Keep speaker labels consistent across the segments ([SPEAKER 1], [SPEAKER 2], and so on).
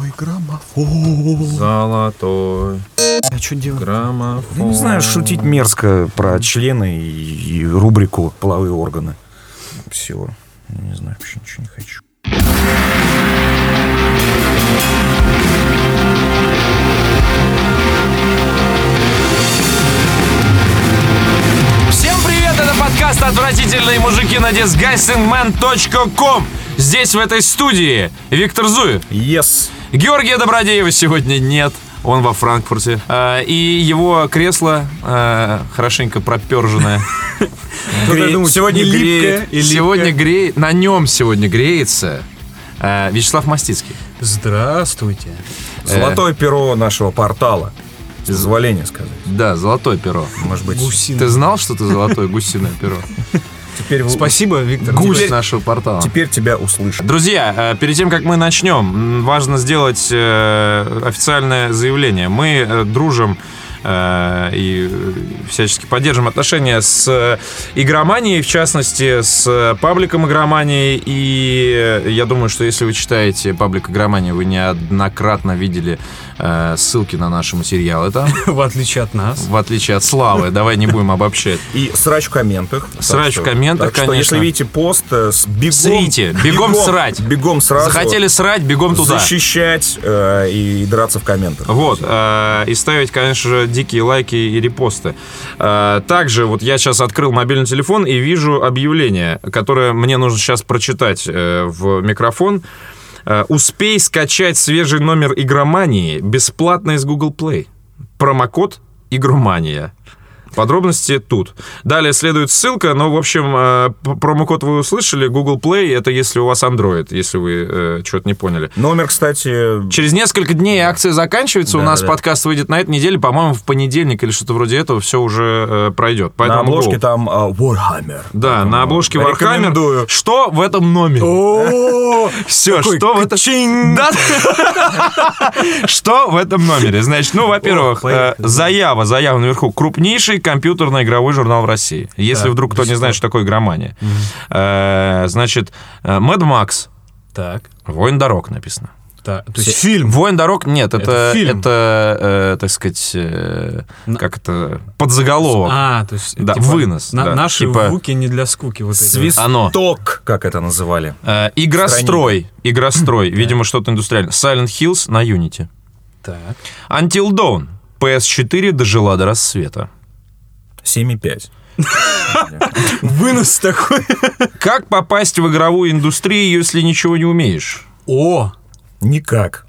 [SPEAKER 1] Золотой граммофон.
[SPEAKER 2] Золотой
[SPEAKER 1] А что делать?
[SPEAKER 2] граммофон.
[SPEAKER 3] Я Ну, не знаю, шутить мерзко про члены и, и рубрику половые органы. Всего. Я не знаю, вообще ничего не хочу.
[SPEAKER 4] Всем привет, это подкаст «Отвратительные мужики» на disgustingman.com Здесь, в этой студии, Виктор Зуев
[SPEAKER 3] Yes.
[SPEAKER 4] Георгия Добродеева сегодня нет он во Франкфурте. А, И его кресло а, хорошенько проперженное.
[SPEAKER 3] Гре- Ну, Сегодня греет.
[SPEAKER 4] Сегодня греет. На нем сегодня греется а, Вячеслав Мастицкий.
[SPEAKER 1] Здравствуйте.
[SPEAKER 3] Э. Золотое перо нашего портала. С позволения сказать.
[SPEAKER 4] Да, золотое перо.
[SPEAKER 3] Может быть.
[SPEAKER 1] Гусин.
[SPEAKER 4] Ты знал, что ты золотое гусиное перо?
[SPEAKER 3] Теперь, вы-
[SPEAKER 1] Спасибо, Виктор.
[SPEAKER 4] Гусь
[SPEAKER 3] Теперь-
[SPEAKER 4] нашего портала.
[SPEAKER 3] теперь тебя услышат.
[SPEAKER 4] Друзья, э, перед тем, как мы начнем, м, важно сделать э, официальное заявление. Мы э, дружим э, и э, всячески поддержим отношения с э, игроманией, в частности, с э, пабликом игромании. И э, я думаю, что если вы читаете паблик игромании, вы неоднократно видели э, ссылки на наши материалы там,
[SPEAKER 1] В отличие от нас.
[SPEAKER 4] в отличие от Славы. Давай не будем обобщать.
[SPEAKER 3] И срач в комментах. Так
[SPEAKER 4] Срач в
[SPEAKER 3] что-
[SPEAKER 4] комментах,
[SPEAKER 3] так что,
[SPEAKER 4] конечно.
[SPEAKER 3] если видите пост, э, с бегом...
[SPEAKER 4] Срите, бегом срать.
[SPEAKER 3] Бегом сразу.
[SPEAKER 4] Захотели срать, бегом туда.
[SPEAKER 3] Защищать э, и драться в комментах.
[SPEAKER 4] Вот, э, и ставить, конечно же, дикие лайки и репосты. Э, Также вот я сейчас открыл мобильный телефон и вижу объявление, которое мне нужно сейчас прочитать э, в микрофон. Э, Успей скачать свежий номер игромании бесплатно из Google Play. Промокод игромания. Подробности тут. Далее следует ссылка, но, в общем, э, п- промокод вы услышали, Google Play, это если у вас Android, если вы что-то не поняли.
[SPEAKER 3] Номер, кстати,
[SPEAKER 4] Через несколько дней акция заканчивается. у
[SPEAKER 3] Да,
[SPEAKER 4] нас
[SPEAKER 3] да.
[SPEAKER 4] подкаст выйдет на этой неделе, по-моему, в понедельник или что-то вроде этого все уже э, пройдет.
[SPEAKER 3] на
[SPEAKER 4] Поэтому
[SPEAKER 3] обложке
[SPEAKER 4] go.
[SPEAKER 3] там э, Warhammer.
[SPEAKER 4] Да, на обложке Warhammer.
[SPEAKER 3] Рекомендую.
[SPEAKER 4] Что в этом номере?
[SPEAKER 3] О,
[SPEAKER 4] Все,
[SPEAKER 3] такой
[SPEAKER 4] что в этом... Да. Что в этом номере? Значит, ну, во-первых, э, заява, заява наверху. Крупнейший компьютерно-игровой журнал в России. Если
[SPEAKER 1] Так,
[SPEAKER 4] вдруг кто не знает, что такое игромания. Э, Значит, э, Mad Max,
[SPEAKER 1] Так.
[SPEAKER 4] Воин дорог написано.
[SPEAKER 1] так. То есть фильм.
[SPEAKER 4] Воин дорог нет, это,
[SPEAKER 1] Это
[SPEAKER 4] это,
[SPEAKER 1] фильм.
[SPEAKER 4] э, так сказать, э,
[SPEAKER 1] На-
[SPEAKER 4] как это подзаголовок.
[SPEAKER 1] А, то есть...
[SPEAKER 4] Да,
[SPEAKER 1] типа,
[SPEAKER 4] вынос,
[SPEAKER 1] на-
[SPEAKER 4] да,
[SPEAKER 1] Наши
[SPEAKER 4] типа-
[SPEAKER 1] звуки не для скуки. вот эти вот.
[SPEAKER 4] Оно.
[SPEAKER 3] Свисток, как это называли.
[SPEAKER 4] Э, игрострой, игрострой, видимо, что-то индустриальное. Silent Hills на Unity.
[SPEAKER 1] Так.
[SPEAKER 4] Until Dawn. PS4 дожила до рассвета.
[SPEAKER 3] 7,5.
[SPEAKER 1] Вынос такой.
[SPEAKER 4] Как попасть в игровую индустрию, если ничего не умеешь?
[SPEAKER 1] О!
[SPEAKER 3] Никак.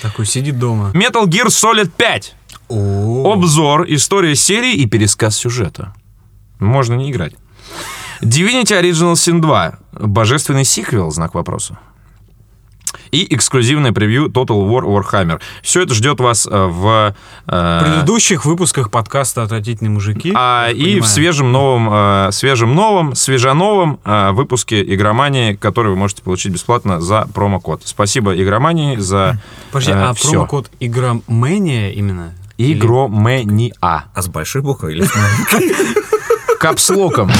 [SPEAKER 1] Такой сидит дома.
[SPEAKER 4] Metal Gear Solid 5.
[SPEAKER 1] О!
[SPEAKER 4] Обзор, история серии и пересказ сюжета. Можно не играть. Divinity Original Sin 2. Божественный сиквел, знак вопроса. И эксклюзивное превью Total War Warhammer. Все это ждет вас э, в... э,
[SPEAKER 1] В предыдущих выпусках подкаста «Отвратительные мужики»
[SPEAKER 4] а,
[SPEAKER 1] я
[SPEAKER 4] и
[SPEAKER 1] понимаю.
[SPEAKER 4] в свежем новом, э, свежем новом, свеженовом э, выпуске Игромании, который вы можете получить бесплатно за промокод. Спасибо Игромании за
[SPEAKER 1] Подожди,
[SPEAKER 4] э,
[SPEAKER 1] а
[SPEAKER 4] всё.
[SPEAKER 1] промокод «Игромания» именно? Или-
[SPEAKER 4] Игромения.
[SPEAKER 3] А с большой буквы или с маленькой?
[SPEAKER 4] Капслоком.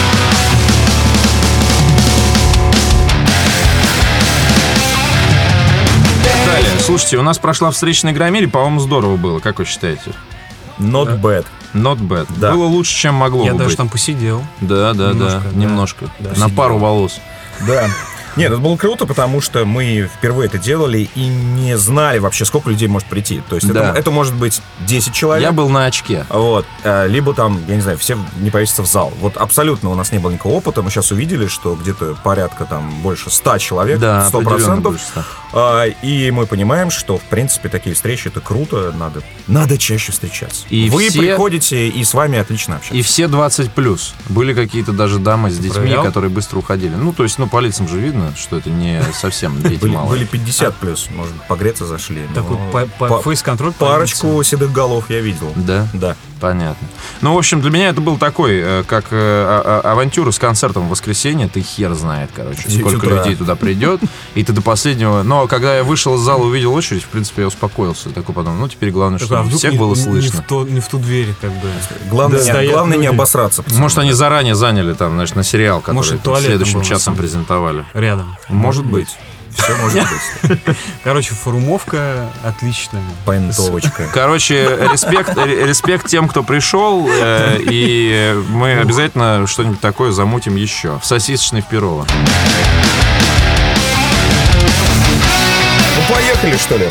[SPEAKER 4] Далее. Слушайте, у нас прошла встреча на Игромире, по-моему, здорово было, как вы считаете?
[SPEAKER 3] Not bad.
[SPEAKER 4] Not bad.
[SPEAKER 3] Да.
[SPEAKER 4] Было лучше, чем могло
[SPEAKER 1] Я
[SPEAKER 4] бы
[SPEAKER 1] даже
[SPEAKER 4] быть.
[SPEAKER 1] там посидел.
[SPEAKER 4] Да, да,
[SPEAKER 1] Немножко,
[SPEAKER 4] да,
[SPEAKER 1] да.
[SPEAKER 4] немножко.
[SPEAKER 1] Да.
[SPEAKER 4] На
[SPEAKER 1] Сидел.
[SPEAKER 4] пару волос.
[SPEAKER 3] Да. Нет, это было круто, потому что мы впервые это делали и не знали вообще, сколько людей может прийти. То есть это-
[SPEAKER 4] Да.
[SPEAKER 3] это, может быть 10
[SPEAKER 1] А
[SPEAKER 3] человек.
[SPEAKER 4] Я был на очке.
[SPEAKER 3] Вот. э, Либо там, я не знаю, все не повесятся в зал. Вот абсолютно у нас не было никакого опыта. Мы сейчас увидели, что где-то порядка там больше 100 человек,
[SPEAKER 4] Да,
[SPEAKER 3] 100%.
[SPEAKER 4] определенно больше ста.
[SPEAKER 3] А, И мы понимаем, что, в принципе, такие встречи это круто, надо, надо чаще встречаться.
[SPEAKER 4] И
[SPEAKER 3] Вы
[SPEAKER 4] все-
[SPEAKER 3] приходите, и с вами отлично общаются.
[SPEAKER 4] И все 20 плюс. Были какие-то даже дамы с детьми,
[SPEAKER 1] проверял?
[SPEAKER 4] которые быстро уходили. Ну, то есть, ну, по лицам же видно, что это не совсем дети
[SPEAKER 3] Были, были
[SPEAKER 4] малые.
[SPEAKER 3] 50 плюс, может, погреться зашли. но
[SPEAKER 1] Такой по- по-
[SPEAKER 3] па-
[SPEAKER 1] фейс-контроль.
[SPEAKER 3] парочку седых голов я видел.
[SPEAKER 4] Да?
[SPEAKER 3] Да.
[SPEAKER 4] Понятно. Ну, в общем, для меня это был такой, э, как э, а- а- авантюра с концертом в воскресенье. Ты хер знает, короче,
[SPEAKER 3] Девять
[SPEAKER 4] сколько
[SPEAKER 3] утра.
[SPEAKER 4] людей туда придет. И ты до последнего... Но когда я вышел из зала, увидел очередь, в принципе, я успокоился. Такой подумал, ну, теперь главное,
[SPEAKER 1] Так, а
[SPEAKER 4] чтобы
[SPEAKER 1] вдруг
[SPEAKER 4] всех
[SPEAKER 1] не-
[SPEAKER 4] было
[SPEAKER 1] не- Не
[SPEAKER 4] слышно.
[SPEAKER 1] в, то- не в ту дверь, как бы.
[SPEAKER 3] Главное,
[SPEAKER 1] Да.
[SPEAKER 3] не-
[SPEAKER 1] Стоят
[SPEAKER 3] главное не
[SPEAKER 1] люди.
[SPEAKER 3] обосраться. пацаны.
[SPEAKER 4] Может, они заранее заняли там, значит, на сериал, который
[SPEAKER 1] Может,
[SPEAKER 4] там
[SPEAKER 1] туалет там
[SPEAKER 4] следующим
[SPEAKER 1] был, на
[SPEAKER 4] часом
[SPEAKER 1] самом деле.
[SPEAKER 4] презентовали.
[SPEAKER 1] Рядом.
[SPEAKER 4] Может быть.
[SPEAKER 3] Все может быть.
[SPEAKER 1] Короче, формовка отличная.
[SPEAKER 3] Понтовочка.
[SPEAKER 4] Короче, респект, ре- респект тем, кто пришел, э, и мы обязательно что-нибудь такое замутим еще. В сосисочной в Перово.
[SPEAKER 3] Ну, поехали, что ли?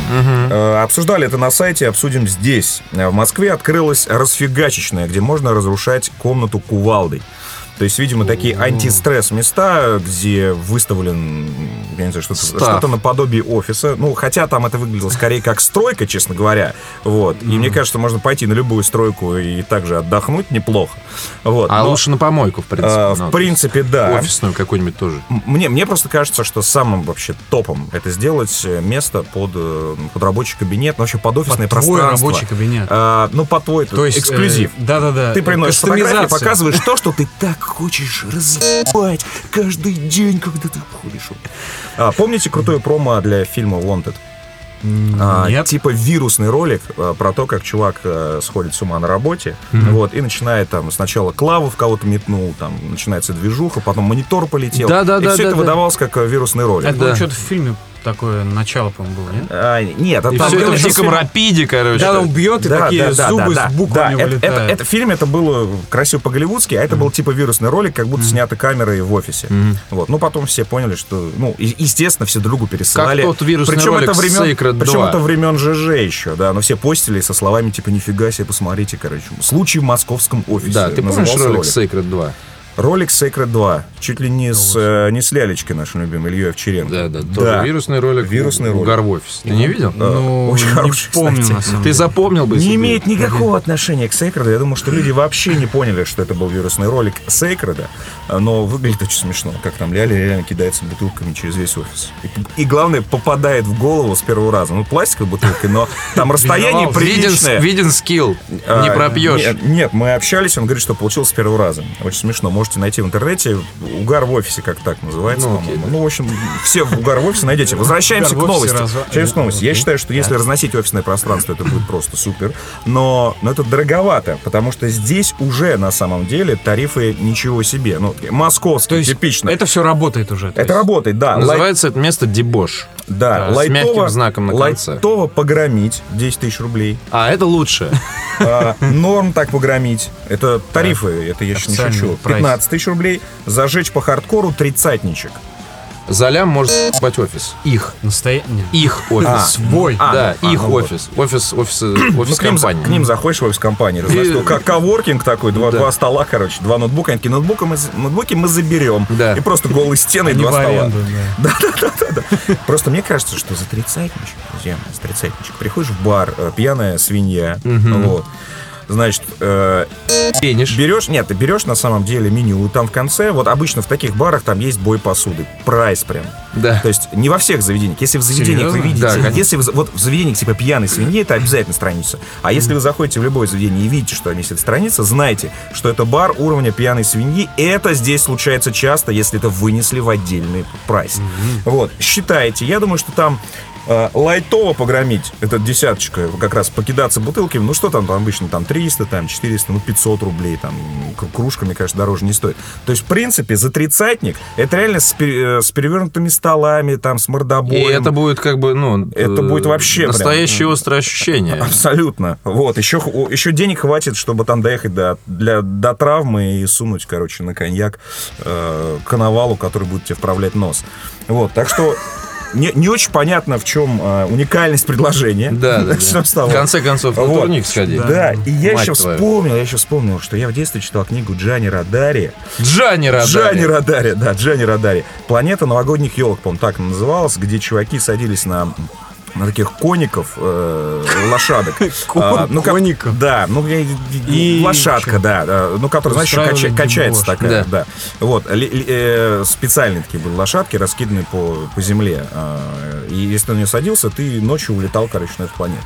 [SPEAKER 3] Э, Обсуждали это на сайте, обсудим здесь. Э, В Москве открылась расфигачечная, где можно разрушать комнату кувалдой. То есть, видимо, такие антистресс места, где выставлен, я не знаю, что-то,
[SPEAKER 4] Став.
[SPEAKER 3] что-то наподобие офиса. Ну, хотя там это выглядело скорее как стройка, честно говоря. Вот. И мне кажется, можно пойти на любую стройку и также отдохнуть неплохо. Вот.
[SPEAKER 4] А
[SPEAKER 3] Но,
[SPEAKER 4] лучше на помойку, в
[SPEAKER 1] А,
[SPEAKER 4] принципе.
[SPEAKER 3] э,
[SPEAKER 4] ну,
[SPEAKER 3] в принципе, да.
[SPEAKER 4] Офисную какую-нибудь тоже.
[SPEAKER 3] М- Мне, мне просто кажется, что самым вообще топом это сделать э, место под, э, под рабочий кабинет, ну, вообще под офисное
[SPEAKER 1] Под твой
[SPEAKER 3] пространство.
[SPEAKER 1] рабочий кабинет.
[SPEAKER 3] А, ну, по твой,
[SPEAKER 1] То есть... э,
[SPEAKER 3] эксклюзив.
[SPEAKER 1] Да-да-да.
[SPEAKER 3] ты приносишь фотографии,
[SPEAKER 1] Кастомизация.
[SPEAKER 3] показываешь то, что ты так хочешь разъебать каждый день, когда ты ходишь. А, помните крутое промо для фильма «Wanted»? А,
[SPEAKER 1] Нет.
[SPEAKER 3] Типа вирусный ролик а, про то, как чувак э, сходит с ума на работе, вот, и начинает там сначала клаву в кого-то метнул, там начинается движуха, потом монитор полетел. и
[SPEAKER 4] Да-да-да,
[SPEAKER 3] все это
[SPEAKER 4] да-да.
[SPEAKER 3] выдавалось как э, вирусный ролик.
[SPEAKER 1] Это
[SPEAKER 4] Да.
[SPEAKER 1] что-то в фильме такое начало, по-моему, было, нет?
[SPEAKER 3] А, нет, а
[SPEAKER 4] И
[SPEAKER 3] там
[SPEAKER 4] все это
[SPEAKER 3] было
[SPEAKER 4] в
[SPEAKER 3] что-то
[SPEAKER 4] диком рапиде, короче.
[SPEAKER 1] Да, он бьет, и такие зубы
[SPEAKER 3] да, да,
[SPEAKER 1] с буквами
[SPEAKER 3] это- это,
[SPEAKER 1] вылетают.
[SPEAKER 3] это в фильме это было красиво по-голливудски, а это был типа вирусный ролик, как будто снято камерой в офисе. Вот. Ну, потом все поняли, что, ну, и- естественно, все другу пересылали.
[SPEAKER 4] Как тот вирусный
[SPEAKER 3] причем
[SPEAKER 4] ролик
[SPEAKER 3] это
[SPEAKER 4] с
[SPEAKER 3] времен,
[SPEAKER 4] Sacred
[SPEAKER 3] Причем
[SPEAKER 4] 2.
[SPEAKER 3] это времен ЖЖ еще, да. Но все постили со словами типа «Нифига себе, посмотрите, короче». Случай в московском офисе.
[SPEAKER 4] Да, ты помнишь
[SPEAKER 3] назывался
[SPEAKER 4] ролик Sacred 2?
[SPEAKER 3] Ролик Sacred 2. Чуть ли не с, э, не с Лялечкой нашим любимым, Ильей Овчаренко.
[SPEAKER 4] Да, да, тоже вирусный ролик.
[SPEAKER 3] Вирусный
[SPEAKER 4] у- у
[SPEAKER 3] ролик.
[SPEAKER 4] Горвофис. Ты не видел?
[SPEAKER 1] Ну,
[SPEAKER 3] Э, очень
[SPEAKER 1] не
[SPEAKER 3] хороший,
[SPEAKER 1] помню,
[SPEAKER 3] кстати.
[SPEAKER 1] на самом
[SPEAKER 4] Ты
[SPEAKER 1] деле.
[SPEAKER 4] запомнил бы? если
[SPEAKER 3] Не
[SPEAKER 4] бы-
[SPEAKER 3] имеет никакого отношения к Сейкреду. Я думаю, что люди вообще не поняли, что это был вирусный ролик Сейкреда. Но выглядит очень смешно, как там Ляля реально кидается бутылками через весь офис. И, и главное, попадает в голову с первого раза. Ну, пластиковой бутылкой, но там расстояние
[SPEAKER 1] Виден-
[SPEAKER 3] приличное.
[SPEAKER 4] Виден, виден скилл,
[SPEAKER 3] А,
[SPEAKER 4] не пропьешь.
[SPEAKER 3] Нет, нет, мы общались, он говорит, что получил с первого раза. Очень смешно. Можете найти в интернете. Угар в офисе, как так называется,
[SPEAKER 4] Ну,
[SPEAKER 3] по-моему. Ну, в общем, все в угар в офисе найдете. Возвращаемся к
[SPEAKER 1] Угар в офисе
[SPEAKER 3] новости.
[SPEAKER 1] разва-
[SPEAKER 3] Возвращаемся к новости. Я считаю, что если разносить офисное пространство, это будет просто супер. Но, но это дороговато, потому что здесь уже на самом деле тарифы ничего себе. Ну, такие
[SPEAKER 1] То
[SPEAKER 3] московские,
[SPEAKER 1] есть
[SPEAKER 3] типично. Это,
[SPEAKER 1] это все работает уже. то есть.
[SPEAKER 3] работает, да. Лай-
[SPEAKER 4] Называется это место дебош.
[SPEAKER 3] Да,
[SPEAKER 4] Да, с
[SPEAKER 3] лайтово,
[SPEAKER 4] мягким знаком на конце.
[SPEAKER 3] лайтово погромить 10 тысяч рублей.
[SPEAKER 4] А это лучше.
[SPEAKER 3] А, норм так погромить. Это тарифы, это я сейчас не
[SPEAKER 1] Официальный
[SPEAKER 3] шучу.
[SPEAKER 1] прайс.
[SPEAKER 3] 15 тысяч рублей. Зажечь по хардкору тридцатничек.
[SPEAKER 4] Залям может спать офис. Их.
[SPEAKER 1] Настояние.
[SPEAKER 4] Их офис.
[SPEAKER 3] А,
[SPEAKER 1] Свой.
[SPEAKER 3] а,
[SPEAKER 4] да,
[SPEAKER 3] ну,
[SPEAKER 4] их
[SPEAKER 3] а, ну вот.
[SPEAKER 4] офис. Офис, офис, э,
[SPEAKER 3] Ну,
[SPEAKER 4] офис
[SPEAKER 3] к, ним, за-
[SPEAKER 4] компании.
[SPEAKER 3] к ним заходишь в офис-компанию.
[SPEAKER 4] И-
[SPEAKER 3] знаешь, ну, как коворкинг такой, два,
[SPEAKER 4] Да.
[SPEAKER 3] два стола, короче, два ноутбука. Они такие, ноутбуки мы, за- ноутбуки мы заберем.
[SPEAKER 4] Да.
[SPEAKER 3] И просто голые стены и
[SPEAKER 1] Не
[SPEAKER 3] два
[SPEAKER 1] в
[SPEAKER 3] стола.
[SPEAKER 1] аренду, да.
[SPEAKER 3] Просто мне кажется, что за тридцатничек, друзья мои, за тридцатничек, приходишь в бар, э, пьяная свинья, вот. Значит, э,
[SPEAKER 4] Финиш.
[SPEAKER 3] Берешь, нет, ты берешь на самом деле меню, и там в конце, вот обычно в таких барах там есть бой посуды, прайс прям.
[SPEAKER 4] Да.
[SPEAKER 3] То есть не во всех заведениях. Если в заведениях вы
[SPEAKER 1] Серьезно?
[SPEAKER 3] видите,
[SPEAKER 4] Да, конечно.
[SPEAKER 3] А если вы, за- вот в заведениях типа пьяной свиньи, это обязательно страница. А если вы заходите в любое заведение и видите, что висит страница, знайте, что это бар уровня пьяной свиньи. И Это здесь случается часто, если это вынесли в отдельный прайс. Вот, считайте. Я думаю, что там э, лайтово погромить этот десяточка, как раз покидаться бутылками, ну что там, там обычно там 300, там 400, ну 500 рублей, там к- кружками, конечно, дороже не стоит. То есть, в принципе, за тридцатник это реально с, пере- э, с перевернутыми столами, там, с
[SPEAKER 4] И
[SPEAKER 3] мордобоем.
[SPEAKER 4] это будет как бы, ну...
[SPEAKER 3] Это
[SPEAKER 4] э,
[SPEAKER 3] будет вообще А, прям.
[SPEAKER 4] Настоящее острое ощущение.
[SPEAKER 3] Абсолютно. Вот, еще, х- о, еще денег хватит, чтобы там доехать до, для, до травмы и сунуть, короче, на коньяк э, коновалу, который будет тебе вправлять нос. Вот, так что не, не очень понятно, в чем э, уникальность предложения.
[SPEAKER 4] Да, да, да.
[SPEAKER 3] Начнем с того.
[SPEAKER 4] В конце концов, на
[SPEAKER 3] Вот.
[SPEAKER 4] турник сходи.
[SPEAKER 3] Да, и я
[SPEAKER 4] Мать
[SPEAKER 3] еще
[SPEAKER 4] твою.
[SPEAKER 3] вспомнил, я еще вспомнил, что я в детстве читал книгу Джани Радари.
[SPEAKER 4] Джанни Радари.
[SPEAKER 3] Джани Радари, да, Джани Радари. Планета новогодних елок, по-моему, так она называлась, где чуваки садились на на таких коников, э, лошадок.
[SPEAKER 1] Кон-
[SPEAKER 3] А, как-
[SPEAKER 1] коников?
[SPEAKER 3] Да, ну, я-
[SPEAKER 1] И
[SPEAKER 3] лошадка, да, да, ну, которая, знаешь, еще
[SPEAKER 1] Устраивали
[SPEAKER 3] кача- качается
[SPEAKER 1] дебош.
[SPEAKER 3] такая, да. Вот, ли- ли- э, специальные такие были лошадки, раскиданные по, по земле. А, И если ты на нее садился, ты ночью улетал, короче, на эту планету.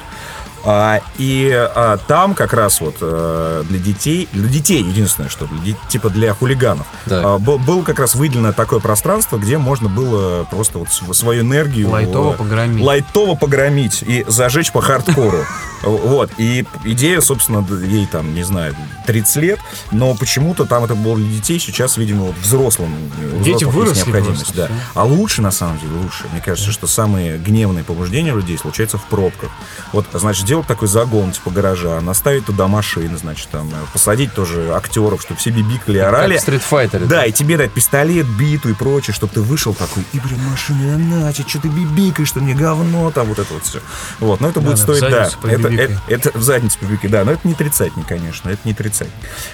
[SPEAKER 3] А, и а, там как раз вот э, для детей, для детей единственное, что для де- типа для хулиганов,
[SPEAKER 4] Так.
[SPEAKER 3] а, был- было как раз выделено такое пространство, где можно было просто вот св- свою энергию
[SPEAKER 1] Лайтово
[SPEAKER 3] э,
[SPEAKER 1] погромить.
[SPEAKER 3] лайтово погромить и зажечь по хардкору. Вот, и идея, собственно, ей там, не знаю, 30 лет, но почему-то там это было для детей, сейчас, видимо, вот взрослым. у
[SPEAKER 1] Дети
[SPEAKER 3] взрослых есть
[SPEAKER 1] выросли
[SPEAKER 3] необходимость,
[SPEAKER 1] просто,
[SPEAKER 3] да.
[SPEAKER 1] всё.
[SPEAKER 3] А лучше, на самом деле, лучше. Мне кажется, что самые гневные побуждения у людей случаются в пробках. Вот, значит, делать такой загон, типа, гаража, наставить туда машины, значит, там, э, посадить тоже актеров, чтобы все бибикали, орали.
[SPEAKER 2] Как в стритфайтере.
[SPEAKER 3] Да, и тебе дать пистолет, биту и прочее, чтобы ты вышел такой, и, блин, машина иначе, что ты бибикаешь, что мне говно, там вот это вот все. Вот, но это
[SPEAKER 1] Да,
[SPEAKER 3] будет
[SPEAKER 1] да,
[SPEAKER 3] стоить,
[SPEAKER 1] в
[SPEAKER 3] да.
[SPEAKER 1] задницу
[SPEAKER 3] Это,
[SPEAKER 1] побибикай.
[SPEAKER 3] это, это в задницу побибикай, да, но это не тридцатник, конечно, это не тридцатник.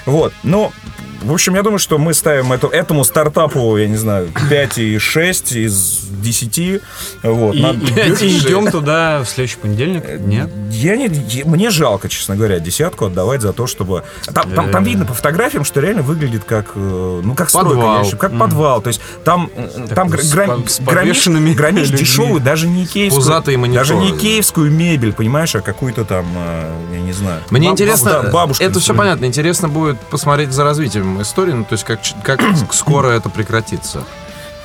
[SPEAKER 3] Вот, но, в общем, я думаю, что мы ставим эту, этому стартапу, я не знаю, 5,6 из 10, вот.
[SPEAKER 1] И,
[SPEAKER 3] Надо-
[SPEAKER 1] и- и
[SPEAKER 4] же.
[SPEAKER 1] идем туда в следующий
[SPEAKER 3] Э,
[SPEAKER 1] понедельник? Нет?
[SPEAKER 3] Я не, я- мне жалко, честно говоря, десятку отдавать за то, чтобы там, там,
[SPEAKER 4] Э.
[SPEAKER 3] там видно по фотографиям, что реально выглядит как э, ну как стройка,
[SPEAKER 4] Подвал.
[SPEAKER 3] я считаю, как подвал, то есть там э, там
[SPEAKER 1] Так, с
[SPEAKER 3] гра-
[SPEAKER 1] по- с
[SPEAKER 3] гра- гранишь,
[SPEAKER 1] подвешенными
[SPEAKER 3] гранишь
[SPEAKER 1] людьми.
[SPEAKER 3] дешевую, даже не икеевскую,
[SPEAKER 4] Пузатые мониторы.
[SPEAKER 3] даже не икеевскую мебель, понимаешь, а какую-то там э, я не знаю.
[SPEAKER 4] Мне
[SPEAKER 3] Баб-
[SPEAKER 4] интересно,
[SPEAKER 3] да, бабушка
[SPEAKER 4] это все
[SPEAKER 3] например.
[SPEAKER 4] понятно, интересно будет посмотреть за развитием истории, ну, то есть как, ч- как скоро это прекратится.
[SPEAKER 3] А,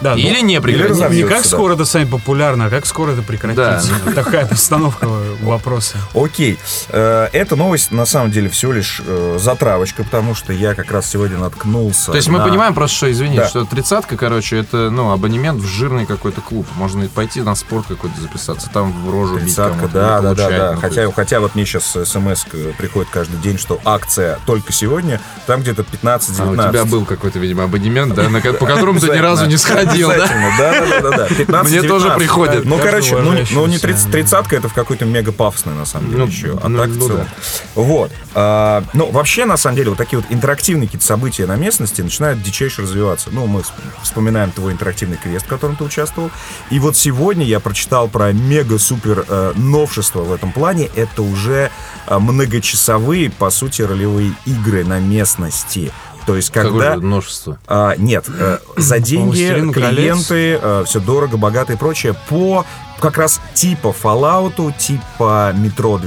[SPEAKER 1] Да, ну,
[SPEAKER 4] Или не
[SPEAKER 1] не-
[SPEAKER 4] прекратится.
[SPEAKER 3] разобьется,
[SPEAKER 1] не как
[SPEAKER 3] да.
[SPEAKER 1] скоро это станет популярно, а как скоро это прекратится.
[SPEAKER 3] ну.
[SPEAKER 1] Такая постановка вопроса.
[SPEAKER 3] Окей. Э, Эта новость на самом деле всего лишь э, затравочка, потому что я как раз сегодня наткнулся.
[SPEAKER 4] То есть мы
[SPEAKER 3] на-
[SPEAKER 4] понимаем просто, что, извини,
[SPEAKER 3] Да.
[SPEAKER 4] что тридцатка, короче, это, ну, абонемент в жирный какой-то клуб. Можно и пойти на спорт какой-то записаться, там в рожу бить
[SPEAKER 3] Тридцатка,
[SPEAKER 4] кому-то,
[SPEAKER 3] да,
[SPEAKER 4] не
[SPEAKER 3] да, да,
[SPEAKER 4] получает,
[SPEAKER 3] да.
[SPEAKER 4] ну, то
[SPEAKER 3] Хотя,
[SPEAKER 4] есть.
[SPEAKER 3] хотя вот мне сейчас смс приходит каждый день, что акция только сегодня, там где-то 15-19.
[SPEAKER 4] А, у тебя был какой-то, видимо, абонемент, да, на ко- по которому ты ни
[SPEAKER 3] Обязательно.
[SPEAKER 4] разу не сходил, да?
[SPEAKER 3] Обязательно, да? Да, да, да, да. 15,
[SPEAKER 4] Мне тоже
[SPEAKER 3] 19.
[SPEAKER 4] приходят.
[SPEAKER 3] Ну,
[SPEAKER 1] Каждый
[SPEAKER 3] короче, ну, не- ну не
[SPEAKER 1] уважающийся.
[SPEAKER 3] 30, тридцатка, это в какой-то мега пафосной, на самом деле,
[SPEAKER 4] Ну,
[SPEAKER 3] еще. А
[SPEAKER 4] ну,
[SPEAKER 3] так в
[SPEAKER 4] ну
[SPEAKER 3] целом. Вот. А, ну, вообще, на самом деле, вот такие вот интерактивные какие-то события на местности начинают дичайше развиваться. Ну, мы вспом- вспоминаем твой интерактивный квест, в котором ты участвовал. И вот сегодня я прочитал про мега-супер э, новшество в этом плане. Это уже э, многочасовые, по сути, ролевые игры на местности. То есть,
[SPEAKER 4] Какое
[SPEAKER 3] когда...
[SPEAKER 4] же множество.
[SPEAKER 3] А, нет, э, за деньги
[SPEAKER 1] «Властелину колец».
[SPEAKER 3] клиенты, все дорого, богато и прочее, по как раз типа Fallout, типа метро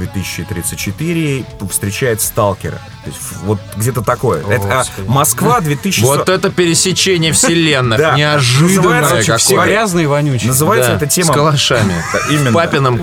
[SPEAKER 3] 2034 встречает сталкера. То есть, ф- вот где-то такое.
[SPEAKER 1] О,
[SPEAKER 3] Это, а,
[SPEAKER 1] Господи.
[SPEAKER 3] Москва 2000
[SPEAKER 4] Вот это пересечение вселенных,
[SPEAKER 3] Да.
[SPEAKER 4] неожиданное
[SPEAKER 3] Называется,
[SPEAKER 1] Короче,
[SPEAKER 4] какое.
[SPEAKER 1] все грязные и вонючие.
[SPEAKER 3] Называется
[SPEAKER 4] Да,
[SPEAKER 3] эта тема...
[SPEAKER 4] С калашами.
[SPEAKER 3] Да, Именно.
[SPEAKER 4] В папином
[SPEAKER 3] Именно,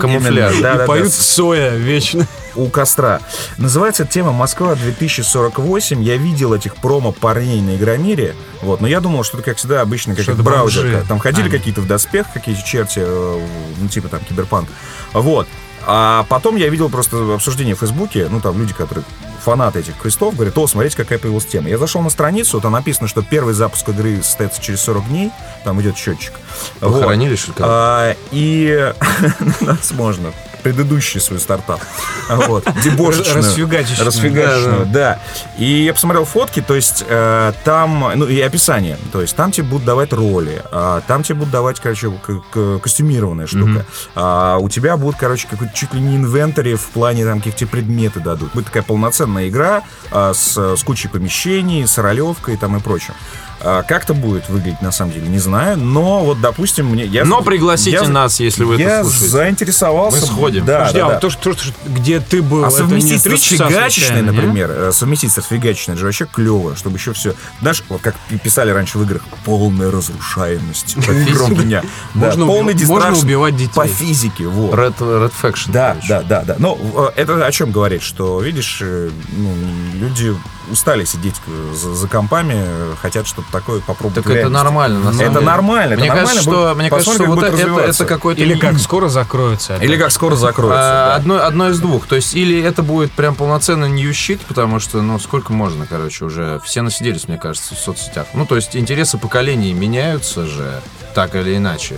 [SPEAKER 3] да,
[SPEAKER 4] камуфляже.
[SPEAKER 3] да,
[SPEAKER 1] И
[SPEAKER 3] да.
[SPEAKER 1] поют соя вечно.
[SPEAKER 3] у костра. Называется тема «Москва 2048». Я видел этих промо-парней на Игромире, вот, но я думал, что это, как всегда, обычно
[SPEAKER 1] Что
[SPEAKER 3] какая-то
[SPEAKER 1] это
[SPEAKER 3] браузерка.
[SPEAKER 1] бомжи.
[SPEAKER 3] Там ходили
[SPEAKER 1] А.
[SPEAKER 3] какие-то в доспех, какие-то черти, э, ну, типа там киберпанк. Вот. А потом я видел просто обсуждение в Фейсбуке, ну, там люди, которые фанаты этих крестов, говорят, о, смотрите, какая появилась тема. Я зашел на страницу, там написано, что первый запуск игры состоится через 40 дней, там идет счетчик. Вот.
[SPEAKER 4] Похоронили, что ли? кого-то?
[SPEAKER 3] А, и нас можно предыдущий свой стартап. Вот, дебошечную.
[SPEAKER 1] Расфигачечную.
[SPEAKER 3] Расфигачечную, да. И я посмотрел фотки, то есть э, там, ну и описание, то есть там тебе будут давать роли, а, там тебе будут давать, короче, к- к- костюмированная штука. А, у тебя будут, короче, какой-то чуть ли не инвентарь в плане там каких-то предметы дадут. Будет такая полноценная игра а, с, с кучей помещений, с ролевкой там и прочим. А, Как это будет выглядеть, на самом деле, не знаю. Но вот, допустим, мне... Я
[SPEAKER 4] Но пригласите
[SPEAKER 3] я-
[SPEAKER 4] нас, если вы
[SPEAKER 3] я
[SPEAKER 4] это слушаете.
[SPEAKER 3] заинтересовался.
[SPEAKER 4] Мы сходим.
[SPEAKER 3] Да,
[SPEAKER 1] Подожди,
[SPEAKER 3] да,
[SPEAKER 1] а
[SPEAKER 3] да.
[SPEAKER 1] вот то, что, то, что- где ты был,
[SPEAKER 3] А
[SPEAKER 1] это не
[SPEAKER 3] совместить
[SPEAKER 1] три
[SPEAKER 3] с
[SPEAKER 1] часа
[SPEAKER 3] фигачечной,
[SPEAKER 1] случайно, не?
[SPEAKER 3] например, э, совместить с фигачечной, это же вообще клево, чтобы еще все, знаешь, вот как и писали раньше в играх, полная разрушаемость. По меня. Да,
[SPEAKER 1] Можно уб-
[SPEAKER 3] полный
[SPEAKER 1] можно
[SPEAKER 3] дистракшн
[SPEAKER 1] убивать детей.
[SPEAKER 3] По физике, вот.
[SPEAKER 4] Red, Red Faction.
[SPEAKER 3] Да,
[SPEAKER 4] короче.
[SPEAKER 3] да, да, да. Но э, это о чем говорит, что, видишь, э, ну, люди устали сидеть э, за, за компами, э, хотят что-то такое попробовать.
[SPEAKER 4] Так
[SPEAKER 3] в
[SPEAKER 4] это
[SPEAKER 3] реальности.
[SPEAKER 4] нормально, на самом
[SPEAKER 3] Это
[SPEAKER 4] деле.
[SPEAKER 3] нормально, это
[SPEAKER 4] Мне кажется,
[SPEAKER 3] нормально,
[SPEAKER 4] что,
[SPEAKER 3] будет-
[SPEAKER 4] мне кажется, что
[SPEAKER 3] посмотрим,
[SPEAKER 4] вот
[SPEAKER 3] как будет
[SPEAKER 4] это, это
[SPEAKER 3] развиваться.
[SPEAKER 4] какой-то...
[SPEAKER 1] Или
[SPEAKER 4] не-
[SPEAKER 1] как скоро закроется.
[SPEAKER 3] Или как скоро закроется.
[SPEAKER 4] А,
[SPEAKER 3] да.
[SPEAKER 4] одно, одно из двух. То есть, или это будет прям полноценный нью-щит, потому что, ну, сколько можно, короче, уже все насиделись, мне кажется, в соцсетях. Ну, то есть, интересы поколений меняются же, так или иначе.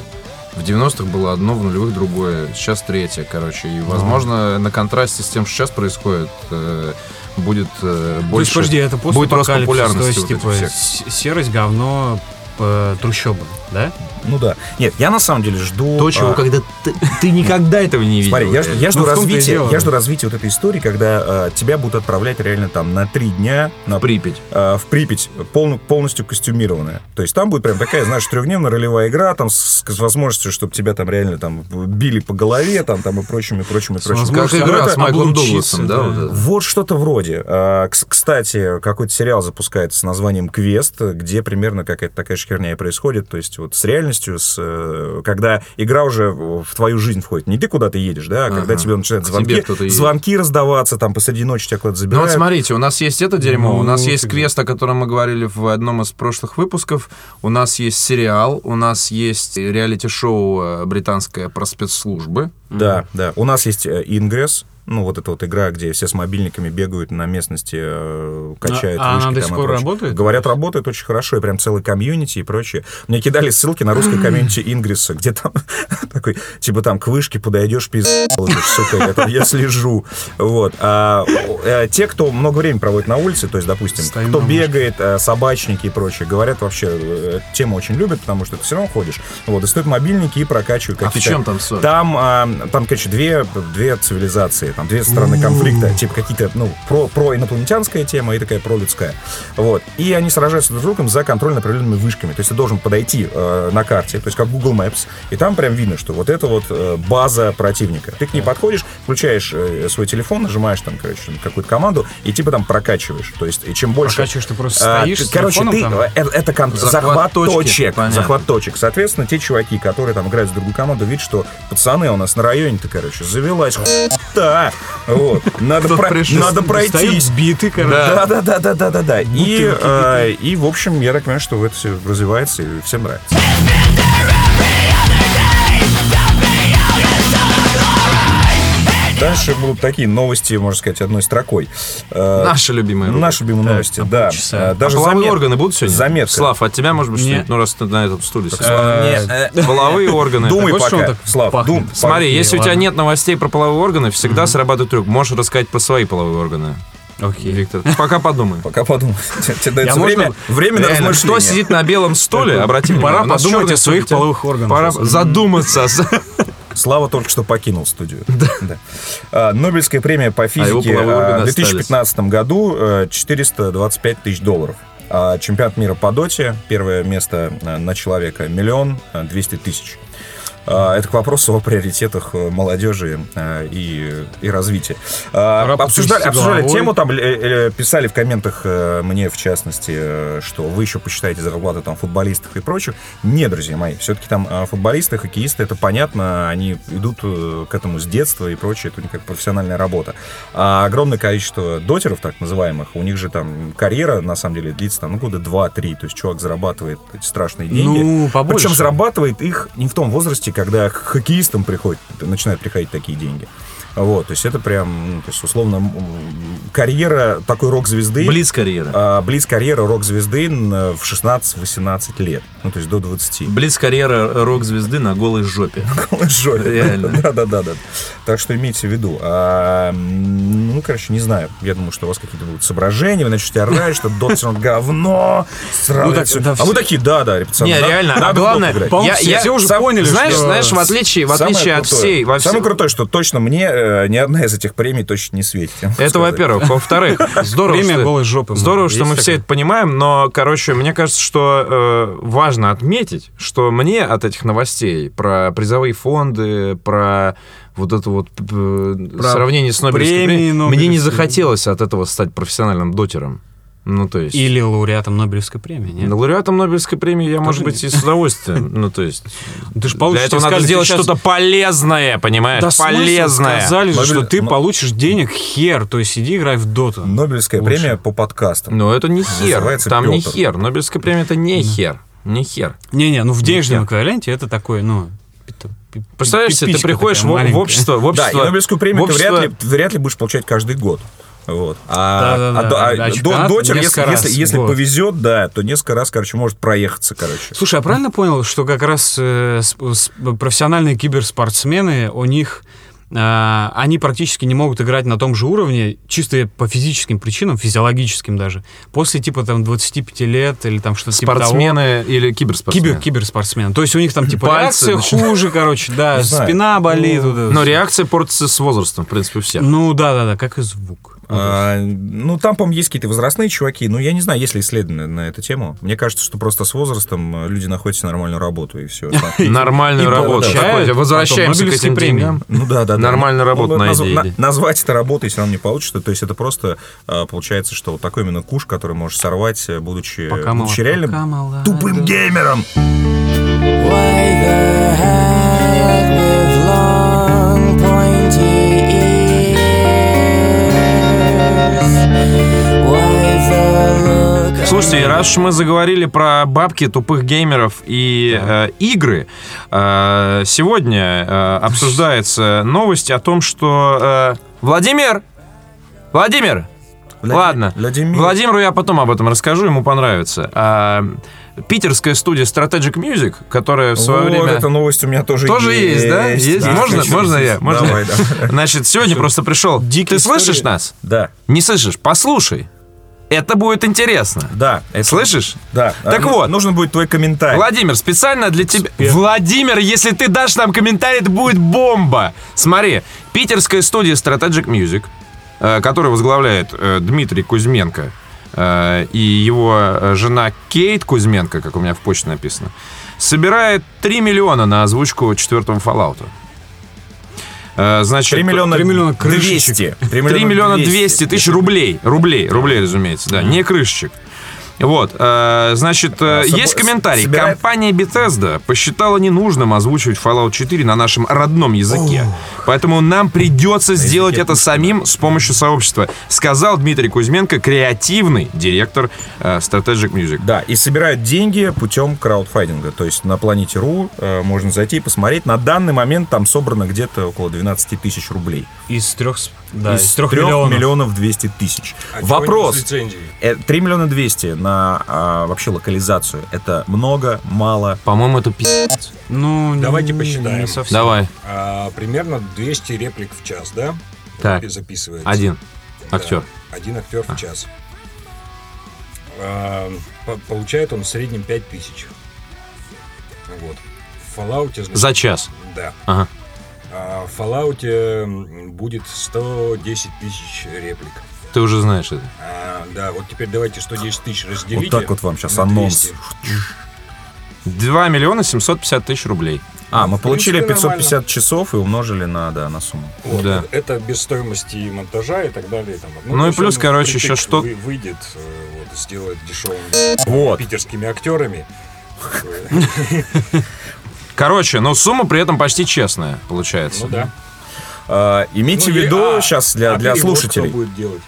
[SPEAKER 4] В 90-х было одно, в нулевых другое, сейчас третье, короче.
[SPEAKER 3] Ну.
[SPEAKER 4] И, возможно, на контрасте с тем, что сейчас происходит, э, будет э,
[SPEAKER 1] То есть,
[SPEAKER 4] больше...
[SPEAKER 1] подожди, это после
[SPEAKER 4] будет рост популярности
[SPEAKER 1] То есть,
[SPEAKER 4] вот
[SPEAKER 1] типа,
[SPEAKER 4] этих всех.
[SPEAKER 1] с- серость, говно, э, трущобы, да?
[SPEAKER 3] Ну да. Нет, я на самом деле жду...
[SPEAKER 4] То, чего
[SPEAKER 3] а,
[SPEAKER 4] когда ты, ты никогда этого не видел.
[SPEAKER 3] Смотри, я, ж- я жду
[SPEAKER 1] Ну, в том-то и
[SPEAKER 3] развития,
[SPEAKER 1] дело.
[SPEAKER 3] я жду развития вот этой истории, когда э, тебя будут отправлять реально там на три дня на,
[SPEAKER 4] Припять.
[SPEAKER 3] э, в Припять полну- полностью костюмированная. То есть там будет прям такая, знаешь, трехдневная ролевая игра, там с, с возможностью, чтобы тебя там реально там били по голове, там, там и прочим, и прочим, и прочим.
[SPEAKER 4] Как
[SPEAKER 1] возможностью
[SPEAKER 4] игра
[SPEAKER 1] это
[SPEAKER 4] с Майклом
[SPEAKER 1] облучиться,
[SPEAKER 4] Дугласом, да?
[SPEAKER 1] да.
[SPEAKER 4] вот это?
[SPEAKER 3] Вот что-то вроде. А, кс- Кстати, какой-то сериал запускается с названием «Квест», где примерно какая-то такая же херня и происходит. То есть вот с реальными реальностью, с, э, когда игра уже в твою жизнь входит. Не ты куда-то едешь, да, а
[SPEAKER 4] Ага.
[SPEAKER 3] когда тебе начинают
[SPEAKER 4] К
[SPEAKER 3] звонки,
[SPEAKER 4] тебе кто-то едет.
[SPEAKER 3] звонки раздаваться, там посреди ночи тебя куда-то
[SPEAKER 4] Ну вот
[SPEAKER 3] забирают.
[SPEAKER 4] смотрите, у нас есть это дерьмо, у
[SPEAKER 1] Ну,
[SPEAKER 4] нас есть
[SPEAKER 1] фиг
[SPEAKER 4] квест, о котором мы говорили в одном из прошлых выпусков, у нас есть сериал, у нас есть реалити-шоу э, британское про спецслужбы.
[SPEAKER 3] Да, да. У нас есть э, Ingress, ну вот эта вот игра, где все с мобильниками бегают на местности, э, качают
[SPEAKER 1] А- а
[SPEAKER 3] вышки
[SPEAKER 1] она до
[SPEAKER 3] там
[SPEAKER 1] сих
[SPEAKER 3] и
[SPEAKER 1] пор
[SPEAKER 3] прочее.
[SPEAKER 1] работает?
[SPEAKER 3] Говорят, работает очень хорошо, и прям целый комьюнити и прочее. Мне кидали ссылки на русское комьюнити Ингресса, где там такой, типа там к вышке подойдешь, пиздец, сука, я, там- я слежу. Вот. А, э, те, кто много времени проводит на улице, то есть, допустим,
[SPEAKER 1] Стою
[SPEAKER 3] кто
[SPEAKER 1] на мушке.
[SPEAKER 3] бегает, э, собачники и прочее, говорят вообще, э, тему очень любят, потому что ты все равно ходишь. Вот, и стоят мобильники и прокачивают
[SPEAKER 4] А в
[SPEAKER 3] какие-то...
[SPEAKER 4] чем там соль?
[SPEAKER 3] Там, а, там, короче, две, две цивилизации, там две стороны конфликта, типа какие-то, ну, про, проинопланетянская тема и такая пролюдская. Вот. И они сражаются друг с другом за контроль над определенными вышками. То есть ты должен подойти э, на карте, то есть как Google Maps, и там прям видно, что вот это вот э, база противника. Ты к ней подходишь, включаешь э, свой телефон, нажимаешь там, короче, на какую-то команду, и типа там прокачиваешь. То есть и чем больше...
[SPEAKER 1] Прокачиваешь, ты просто
[SPEAKER 3] А,
[SPEAKER 1] стоишь
[SPEAKER 3] ты-
[SPEAKER 1] с
[SPEAKER 3] короче,
[SPEAKER 1] телефоном
[SPEAKER 3] ты,
[SPEAKER 1] там?
[SPEAKER 3] э, это, это кон-
[SPEAKER 4] Захват
[SPEAKER 3] захват
[SPEAKER 4] точки,
[SPEAKER 3] точек.
[SPEAKER 4] понятно.
[SPEAKER 3] Захват точек. Соответственно, те чуваки, которые там играют за другую команду, видят, что пацаны у нас на районе-то, короче, завелась. Да. Вот. Надо,
[SPEAKER 4] Кто-то
[SPEAKER 3] про-
[SPEAKER 4] пришел.
[SPEAKER 3] надо пройтись.
[SPEAKER 1] Стоят биты, короче.
[SPEAKER 3] Да, да, да, да, да, да, да. И,
[SPEAKER 1] Бутылки
[SPEAKER 3] э, и, в общем, я так понимаю, что это все развивается и всем нравится. Дальше будут такие новости, можно сказать, одной строкой. Э,
[SPEAKER 4] Наши любимые рубрики.
[SPEAKER 3] Наши любимые новости, да.
[SPEAKER 1] полчаса.
[SPEAKER 3] Э, Даже
[SPEAKER 4] а половые
[SPEAKER 3] замет-
[SPEAKER 4] органы будут сегодня?
[SPEAKER 3] Заметка.
[SPEAKER 4] Слав, от тебя, может быть,
[SPEAKER 1] Не.
[SPEAKER 4] что-нибудь? Ну, раз ты на этом стуле сидишь.
[SPEAKER 1] Э,
[SPEAKER 4] Половые органы.
[SPEAKER 3] Думай
[SPEAKER 1] вот что он
[SPEAKER 3] пока,
[SPEAKER 1] так
[SPEAKER 3] Слав,
[SPEAKER 1] пахнет.
[SPEAKER 3] дум.
[SPEAKER 4] Смотри,
[SPEAKER 1] Окей,
[SPEAKER 4] если у тебя
[SPEAKER 1] ладно.
[SPEAKER 4] нет новостей про половые органы, всегда срабатывает трюк. Можешь рассказать про свои половые органы.
[SPEAKER 1] Окей.
[SPEAKER 4] Виктор, пока подумай.
[SPEAKER 3] Пока подумай. Тебе- Тебе
[SPEAKER 1] Я
[SPEAKER 3] дается
[SPEAKER 1] можно-
[SPEAKER 3] время, время на
[SPEAKER 4] Реально,
[SPEAKER 3] размышление.
[SPEAKER 4] что сидит на белом столе? Обрати внимание.
[SPEAKER 1] Пора
[SPEAKER 4] у нас
[SPEAKER 1] подумать
[SPEAKER 4] чёрный
[SPEAKER 1] о своих
[SPEAKER 4] стул,
[SPEAKER 1] половых
[SPEAKER 4] Пора
[SPEAKER 1] органах.
[SPEAKER 4] Пора задуматься.
[SPEAKER 3] Слава только что покинул студию. Да. А, Нобелевская премия по
[SPEAKER 4] его
[SPEAKER 3] физике
[SPEAKER 4] половые
[SPEAKER 3] а,
[SPEAKER 4] органы
[SPEAKER 3] в 2015 году э, 425 тысяч долларов. А Чемпионат мира по доте, первое место э, на человека, миллион э, 200 тысяч. А, Это к вопросу о приоритетах э, молодежи э, и, и развития. А,
[SPEAKER 1] Пора
[SPEAKER 3] Обсуждали,
[SPEAKER 1] потрясти
[SPEAKER 3] обсуждали
[SPEAKER 1] головой.
[SPEAKER 3] тему, там э, э, писали в комментах э, мне, в частности, э, что вы еще посчитаете зарплату там футболистов и прочих. Не, друзья мои, все-таки там э, футболисты, хоккеисты, это понятно, они идут э, к этому с детства и прочее, это у них как профессиональная работа. А огромное количество дотеров, так называемых, у них же там карьера, на самом деле, длится там ну, года 2-3, то есть чувак зарабатывает эти страшные деньги.
[SPEAKER 1] Ну, побольше.
[SPEAKER 3] Причем зарабатывает их не в том возрасте, когда к хоккеистам приходят, начинают приходить такие деньги. Вот, то есть это прям, ну, то есть условно м, карьера такой рок-звезды.
[SPEAKER 4] Близ карьера.
[SPEAKER 3] а, близ карьера рок-звезды н- в 16-18 лет. Ну, то есть до 20.
[SPEAKER 4] Близ карьера рок-звезды на голой жопе.
[SPEAKER 3] Жопе.
[SPEAKER 4] Реально.
[SPEAKER 3] Да-да-да. Так что имейте в виду. А, м, ну, короче, не знаю. Я думаю, что у вас какие-то будут соображения, вы начнете орать, что Dota всё равно говно,
[SPEAKER 4] Ну,
[SPEAKER 3] сравнивать
[SPEAKER 1] так,
[SPEAKER 3] всё.
[SPEAKER 1] да,
[SPEAKER 3] А вы
[SPEAKER 1] все.
[SPEAKER 3] такие, да-да, ребята,
[SPEAKER 4] Не,
[SPEAKER 3] надо-
[SPEAKER 4] реально,
[SPEAKER 3] надо
[SPEAKER 4] а
[SPEAKER 3] в Dota
[SPEAKER 4] главное,
[SPEAKER 3] играть.
[SPEAKER 1] По-моему, все- все уже поняли,
[SPEAKER 4] знаешь,
[SPEAKER 1] что-
[SPEAKER 4] знаешь, в отличие, в
[SPEAKER 3] Самое
[SPEAKER 4] отличие от
[SPEAKER 3] крутое.
[SPEAKER 4] всей, во всей-
[SPEAKER 3] Самое крутое, что точно мне э, ни одна из этих премий точно не светит. я могу
[SPEAKER 4] Это
[SPEAKER 3] сказать.
[SPEAKER 4] во-первых. Во-вторых, здорово,
[SPEAKER 1] Время
[SPEAKER 4] что-
[SPEAKER 1] голой жопы.
[SPEAKER 4] Здорово,
[SPEAKER 1] Есть
[SPEAKER 4] что мы
[SPEAKER 1] такое?
[SPEAKER 4] все это понимаем, но, короче, мне кажется, что э, важно отметить, что мне от этих новостей про призовые фонды, про вот это вот э,
[SPEAKER 1] Про
[SPEAKER 4] сравнение с Нобелевской
[SPEAKER 1] премии
[SPEAKER 4] премией, мне не
[SPEAKER 1] Нобелевской.
[SPEAKER 4] захотелось от этого стать профессиональным дотером. Ну, то есть... Ну,
[SPEAKER 1] Или лауреатом Нобелевской премии, нет?
[SPEAKER 4] Лауреатом Нобелевской премии я, может
[SPEAKER 1] нет.
[SPEAKER 4] быть, и с удовольствием. Ну, то есть...
[SPEAKER 1] Ты же
[SPEAKER 4] Для этого надо сделать что-то полезное, понимаешь? полезное.
[SPEAKER 1] Сказали же,
[SPEAKER 3] Нобель-
[SPEAKER 1] что ты
[SPEAKER 3] Но-
[SPEAKER 1] получишь денег хер, то есть иди играй в доту.
[SPEAKER 3] Нобелевская
[SPEAKER 1] Лучше.
[SPEAKER 3] премия по подкастам.
[SPEAKER 4] Но это не хер.
[SPEAKER 3] Называется
[SPEAKER 4] Там не
[SPEAKER 3] Пётр.
[SPEAKER 4] хер. Нобелевская премия это не хер. Не хер.
[SPEAKER 1] Не-не, ну в денежном
[SPEAKER 4] хер.
[SPEAKER 1] эквиваленте это такой, ну... пи- пи-
[SPEAKER 4] Представляешь себе, ты
[SPEAKER 1] пипичка
[SPEAKER 4] приходишь в,
[SPEAKER 1] такая
[SPEAKER 4] в
[SPEAKER 1] маленькая.
[SPEAKER 4] общество, в
[SPEAKER 3] Да, и
[SPEAKER 4] общество.
[SPEAKER 3] Нобелевскую премию
[SPEAKER 4] в
[SPEAKER 3] ты
[SPEAKER 4] общество-
[SPEAKER 3] вряд ли, ты вряд ли будешь получать каждый год. Вот. А,
[SPEAKER 1] Да-да-да,
[SPEAKER 3] а до- а
[SPEAKER 1] да,
[SPEAKER 3] до-
[SPEAKER 1] чемпионат
[SPEAKER 3] дотер, если,
[SPEAKER 1] несколько раз
[SPEAKER 3] если-
[SPEAKER 1] в
[SPEAKER 3] если
[SPEAKER 1] год.
[SPEAKER 3] повезет, да, то несколько раз, короче, может проехаться, короче.
[SPEAKER 1] Слушай, я правильно понял, что как раз э, с- с- профессиональные киберспортсмены, у них э, они практически не могут играть на том же уровне, чисто по физическим причинам, физиологическим даже, после типа там 25 лет или там что-то типа того.
[SPEAKER 4] Спортсмены или киберспортсмены.
[SPEAKER 1] Кибер, киберспортсмен. То есть у них там типа
[SPEAKER 4] Пальцы
[SPEAKER 1] реакция
[SPEAKER 4] начинают- Ну,
[SPEAKER 1] хуже, короче, да,
[SPEAKER 3] Не знаю.
[SPEAKER 1] спина болит. вот это
[SPEAKER 4] Но
[SPEAKER 1] всё.
[SPEAKER 4] реакция портится с возрастом, в принципе, у всех.
[SPEAKER 1] Ну да, да, да, как и звук.
[SPEAKER 3] А, ну, там, по-моему, есть какие-то возрастные чуваки. Ну, я не знаю, есть ли исследования на эту тему. Мне кажется, что просто с возрастом э, люди находят себе нормальную работу, и все.
[SPEAKER 4] Нормальную
[SPEAKER 1] И
[SPEAKER 4] работу.
[SPEAKER 1] получают
[SPEAKER 4] Такой,
[SPEAKER 1] потом «А,
[SPEAKER 4] возвращаемся к
[SPEAKER 1] Нобелевские
[SPEAKER 4] этим
[SPEAKER 1] премии.
[SPEAKER 4] деньгам.
[SPEAKER 3] Ну да, да, да.
[SPEAKER 4] Нормальную работу
[SPEAKER 3] вот
[SPEAKER 4] найди,
[SPEAKER 3] назв-
[SPEAKER 4] иди.
[SPEAKER 3] назвать это работой все равно не получится. То есть это просто э, получается, что вот такой именно куш, который можешь сорвать, э, будучи,
[SPEAKER 1] Пока мало,
[SPEAKER 3] будучи реально
[SPEAKER 1] пока мало.
[SPEAKER 3] тупым геймером.
[SPEAKER 2] Why the hell with long pointy ears? Why the look?
[SPEAKER 4] Слушайте, раз уж мы заговорили про бабки тупых геймеров и э, игры, э, сегодня э, обсуждается новость о том, что э, Владимир, Владимир,
[SPEAKER 3] Влади-
[SPEAKER 4] ладно,
[SPEAKER 3] Владимир.
[SPEAKER 4] Владимиру я потом об этом расскажу, ему понравится. А, питерская студия Strategic Music, которая в свое
[SPEAKER 3] Вот
[SPEAKER 4] время
[SPEAKER 3] эта новость у меня тоже
[SPEAKER 4] тоже есть, да? Есть? Можно,
[SPEAKER 3] конечно,
[SPEAKER 4] можно я?
[SPEAKER 3] есть.
[SPEAKER 4] Можно?
[SPEAKER 3] Давай,
[SPEAKER 4] я?
[SPEAKER 3] давай.
[SPEAKER 4] Значит, сегодня просто пришел. Ты слышишь нас?
[SPEAKER 3] Да,
[SPEAKER 4] Не слышишь? Послушай. Это будет интересно.
[SPEAKER 3] да. это-
[SPEAKER 4] Слышишь?
[SPEAKER 3] Да.
[SPEAKER 4] Так
[SPEAKER 3] Ну,
[SPEAKER 4] вот.
[SPEAKER 3] Нужен будет твой комментарий.
[SPEAKER 4] Владимир, специально для тебя... Владимир, если ты дашь нам комментарий, это будет бомба! Смотри, питерская студия Strategic Music, э, которую возглавляет э, Дмитрий Кузьменко э, и его э, жена Кейт Кузьменко, как у меня в почте написано, собирает 3 миллиона на озвучку четвертого Fallout. Э, Значит,
[SPEAKER 3] 3 миллиона,
[SPEAKER 1] 3 миллиона крышечек.
[SPEAKER 3] 200.
[SPEAKER 4] 3 миллиона 200 тысяч рублей. Рублей, рублей, разумеется, да, не крышечек. Вот, э, значит, э,
[SPEAKER 3] А, собо-
[SPEAKER 4] есть комментарий.
[SPEAKER 3] собирает?
[SPEAKER 4] Компания Bethesda посчитала ненужным озвучивать Fallout 4 на нашем родном языке. Поэтому нам придется сделать это самим с помощью сообщества, сказал Дмитрий Кузьменко, креативный директор э, Strategic Music.
[SPEAKER 3] Да, и собирают деньги путем краудфандинга. То есть на планете.ру э, можно зайти и посмотреть. На данный момент там собрано где-то около 12 тысяч рублей.
[SPEAKER 1] Из трех, да, из трех
[SPEAKER 3] 3
[SPEAKER 1] миллионов.
[SPEAKER 3] миллионов 200 тысяч.
[SPEAKER 5] А
[SPEAKER 3] Вопрос. Э, 3 миллиона 200 на а, вообще локализацию. Это много, мало.
[SPEAKER 4] По-моему, это пиздец.
[SPEAKER 1] Ну, не-
[SPEAKER 5] Давайте
[SPEAKER 1] не
[SPEAKER 5] посчитаем.
[SPEAKER 1] совсем.
[SPEAKER 4] Давай,
[SPEAKER 5] А, примерно 200 реплик в час, да?
[SPEAKER 4] Так.
[SPEAKER 5] Записывается.
[SPEAKER 4] один
[SPEAKER 5] Да,
[SPEAKER 4] актер.
[SPEAKER 5] один актер в час. А, по- получает он в среднем 5000. Вот. В Fallout...
[SPEAKER 4] За час.
[SPEAKER 5] Да.
[SPEAKER 4] Ага.
[SPEAKER 5] А в Fallout м, будет 110 тысяч реплик.
[SPEAKER 4] Ты уже знаешь это.
[SPEAKER 5] А, да, вот теперь давайте 110 тысяч
[SPEAKER 3] Вот
[SPEAKER 5] разделите.
[SPEAKER 3] так вот вам сейчас
[SPEAKER 5] на
[SPEAKER 3] анонс.
[SPEAKER 5] 200.
[SPEAKER 4] 2 миллиона 750 тысяч рублей.
[SPEAKER 3] А, мы
[SPEAKER 5] в принципе,
[SPEAKER 3] получили 550
[SPEAKER 5] нормально.
[SPEAKER 3] часов и умножили на, да, на сумму.
[SPEAKER 5] Вот,
[SPEAKER 4] Да.
[SPEAKER 5] Это без стоимости монтажа и так далее. и тому подобное.
[SPEAKER 4] Ну и
[SPEAKER 5] то есть
[SPEAKER 4] плюс,
[SPEAKER 5] он
[SPEAKER 4] короче,
[SPEAKER 5] впритык
[SPEAKER 4] еще что-
[SPEAKER 5] вы- Выйдет, э, вот, сделает дешевым
[SPEAKER 3] Вот.
[SPEAKER 5] питерскими актерами. Э,
[SPEAKER 4] Короче, но сумма при этом почти честная, получается.
[SPEAKER 5] Ну да.
[SPEAKER 3] А, имейте
[SPEAKER 5] Ну,
[SPEAKER 3] в
[SPEAKER 5] и-
[SPEAKER 3] виду
[SPEAKER 5] а,
[SPEAKER 3] сейчас для,
[SPEAKER 5] а
[SPEAKER 3] для
[SPEAKER 5] перевод
[SPEAKER 3] слушателей.
[SPEAKER 5] Кто будет делать?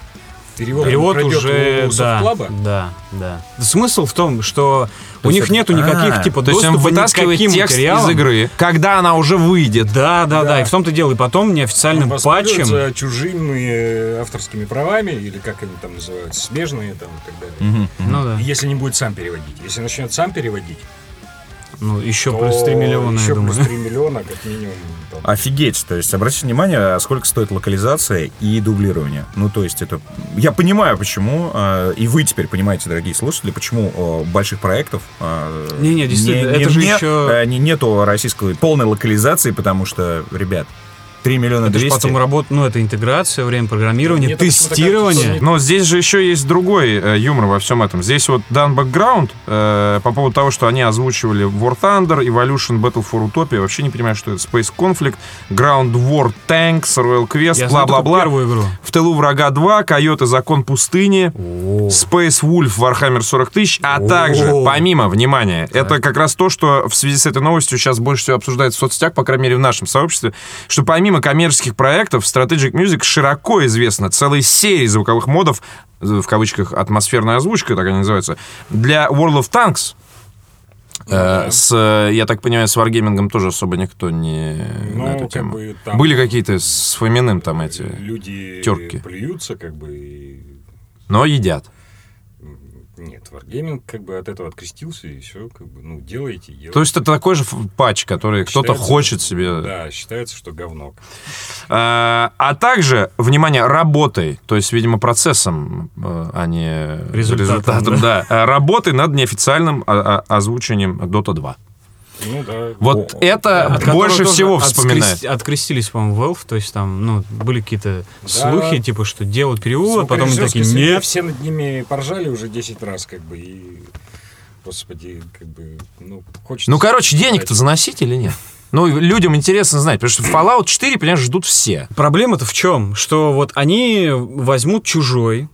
[SPEAKER 5] Перевод,
[SPEAKER 1] Перевод
[SPEAKER 5] он пройдет
[SPEAKER 1] уже,
[SPEAKER 5] у
[SPEAKER 1] да,
[SPEAKER 5] софтклаба?
[SPEAKER 1] да, да. Смысл в том, что у
[SPEAKER 3] есть
[SPEAKER 1] них
[SPEAKER 3] это-
[SPEAKER 1] нету никаких
[SPEAKER 3] А,
[SPEAKER 1] типа
[SPEAKER 4] То есть он
[SPEAKER 1] доступа
[SPEAKER 4] вытаскивает
[SPEAKER 1] ни к каким
[SPEAKER 4] текст
[SPEAKER 1] материалам.
[SPEAKER 4] из игры, когда она уже выйдет.
[SPEAKER 1] Да, да, да, И в том-то дело. И потом неофициальным
[SPEAKER 5] Ну,
[SPEAKER 1] патчем.
[SPEAKER 5] Воспользуются чужими э, авторскими правами, или как они там называются, смежные там и так далее.
[SPEAKER 1] Ну да.
[SPEAKER 5] Если не будет сам переводить. Если начнет сам переводить,
[SPEAKER 1] Ну, еще
[SPEAKER 5] то
[SPEAKER 1] плюс 3 миллиона,
[SPEAKER 5] еще
[SPEAKER 1] я думаю.
[SPEAKER 5] плюс 3 миллиона, как минимум. там.
[SPEAKER 3] А, Офигеть, то есть обратите внимание, а сколько стоит локализация и дублирование. Ну, то есть это... Я понимаю, почему, э, и вы теперь понимаете, дорогие слушатели, почему э, больших проектов... э,
[SPEAKER 1] Не-не, действительно, это же еще-
[SPEAKER 3] э, не- нету российской полной локализации, потому что, ребят, 3 миллиона
[SPEAKER 1] Это же
[SPEAKER 3] 200...
[SPEAKER 1] потом работа, ну, это интеграция, время программирования,
[SPEAKER 5] Мне так почему-то
[SPEAKER 1] тестирование.
[SPEAKER 5] кажется,
[SPEAKER 4] Но здесь же еще есть другой э, юмор во всем этом. Здесь вот дан бэкграунд э, по поводу того, что они озвучивали War Thunder, Evolution, Battle for Utopia. Вообще не понимаю, что это. Space Conflict, Ground War Tanks, Royal Quest,
[SPEAKER 1] я знаю только
[SPEAKER 4] бла-бла-бла.
[SPEAKER 1] первую игру.
[SPEAKER 4] В тылу врага 2, Койоты, Закон пустыни, Space Wolf, Warhammer 40 тысяч, а также, помимо, внимания, это как раз то, что в связи с этой новостью сейчас больше всего обсуждается в соцсетях, по крайней мере, в нашем сообществе, что помимо коммерческих проектов, Strategic Music широко известна целой серии звуковых модов, э, в кавычках атмосферная озвучка, так они называются, для World of Tanks,
[SPEAKER 5] Ну
[SPEAKER 4] Э, С, э, я так понимаю, с Wargaming тоже особо никто не
[SPEAKER 5] Ну,
[SPEAKER 4] на эту
[SPEAKER 5] как
[SPEAKER 4] тему.
[SPEAKER 5] бы там-
[SPEAKER 4] Были какие-то с Фоминым там эти
[SPEAKER 5] Э, Люди
[SPEAKER 4] терки.
[SPEAKER 5] плюются, как бы, и
[SPEAKER 4] но едят.
[SPEAKER 5] нет, Wargaming как бы от этого открестился, и все, как бы, ну, делайте, делайте.
[SPEAKER 4] То есть это такой же ф- патч, который кто-то
[SPEAKER 5] Считается,
[SPEAKER 4] хочет себе.
[SPEAKER 5] Да, считается, что говно.
[SPEAKER 4] А, а также, внимание, работой, то есть, видимо, процессом, э, а не
[SPEAKER 1] Результатом,
[SPEAKER 4] да. А, Работой над неофициальным а- а- озвучением Dota 2.
[SPEAKER 5] Ну, да.
[SPEAKER 4] Вот
[SPEAKER 3] О,
[SPEAKER 4] это
[SPEAKER 1] От которого
[SPEAKER 4] Э, больше
[SPEAKER 1] тоже
[SPEAKER 4] всего
[SPEAKER 1] открест-
[SPEAKER 4] вспоминает.
[SPEAKER 1] Открестились, по-моему, Valve, то есть там, ну, были какие-то слухи, типа, что делают перевод, потом они
[SPEAKER 5] Звукорежиссерский
[SPEAKER 1] такие,
[SPEAKER 5] совет,
[SPEAKER 1] нет,
[SPEAKER 5] Все над ними поржали уже 10 раз, как бы, и... Господи, как бы, ну, хочется...
[SPEAKER 4] Ну, короче, денег-то заносить или нет? Ну, людям интересно знать, потому что Fallout 4, понимаешь, ждут все.
[SPEAKER 1] Проблема-то в чем? Что вот они возьмут чужой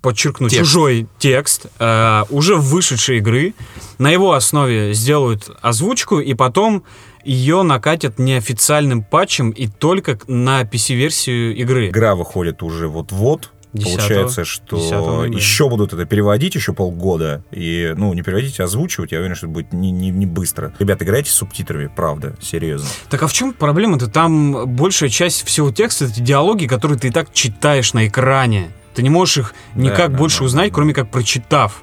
[SPEAKER 1] подчеркну,
[SPEAKER 4] Текст.
[SPEAKER 1] чужой текст э, уже вышедшей игры. На его основе сделают озвучку, и потом ее накатят неофициальным патчем и только к- на PC-версию игры.
[SPEAKER 3] Игра выходит уже вот-вот.
[SPEAKER 1] 10-го,
[SPEAKER 3] Получается, что
[SPEAKER 1] 10-го ноября.
[SPEAKER 3] еще будут это переводить еще полгода. И, ну, не переводить, а озвучивать. Я уверен, что это будет не, не, не быстро. Ребята, играйте с субтитрами, правда, серьезно.
[SPEAKER 1] Так а в чем проблема-то? Там большая часть всего текста это диалоги, которые ты и так читаешь на экране. Ты не можешь их никак
[SPEAKER 3] да,
[SPEAKER 1] больше
[SPEAKER 3] да,
[SPEAKER 1] узнать,
[SPEAKER 3] да.
[SPEAKER 1] кроме как прочитав.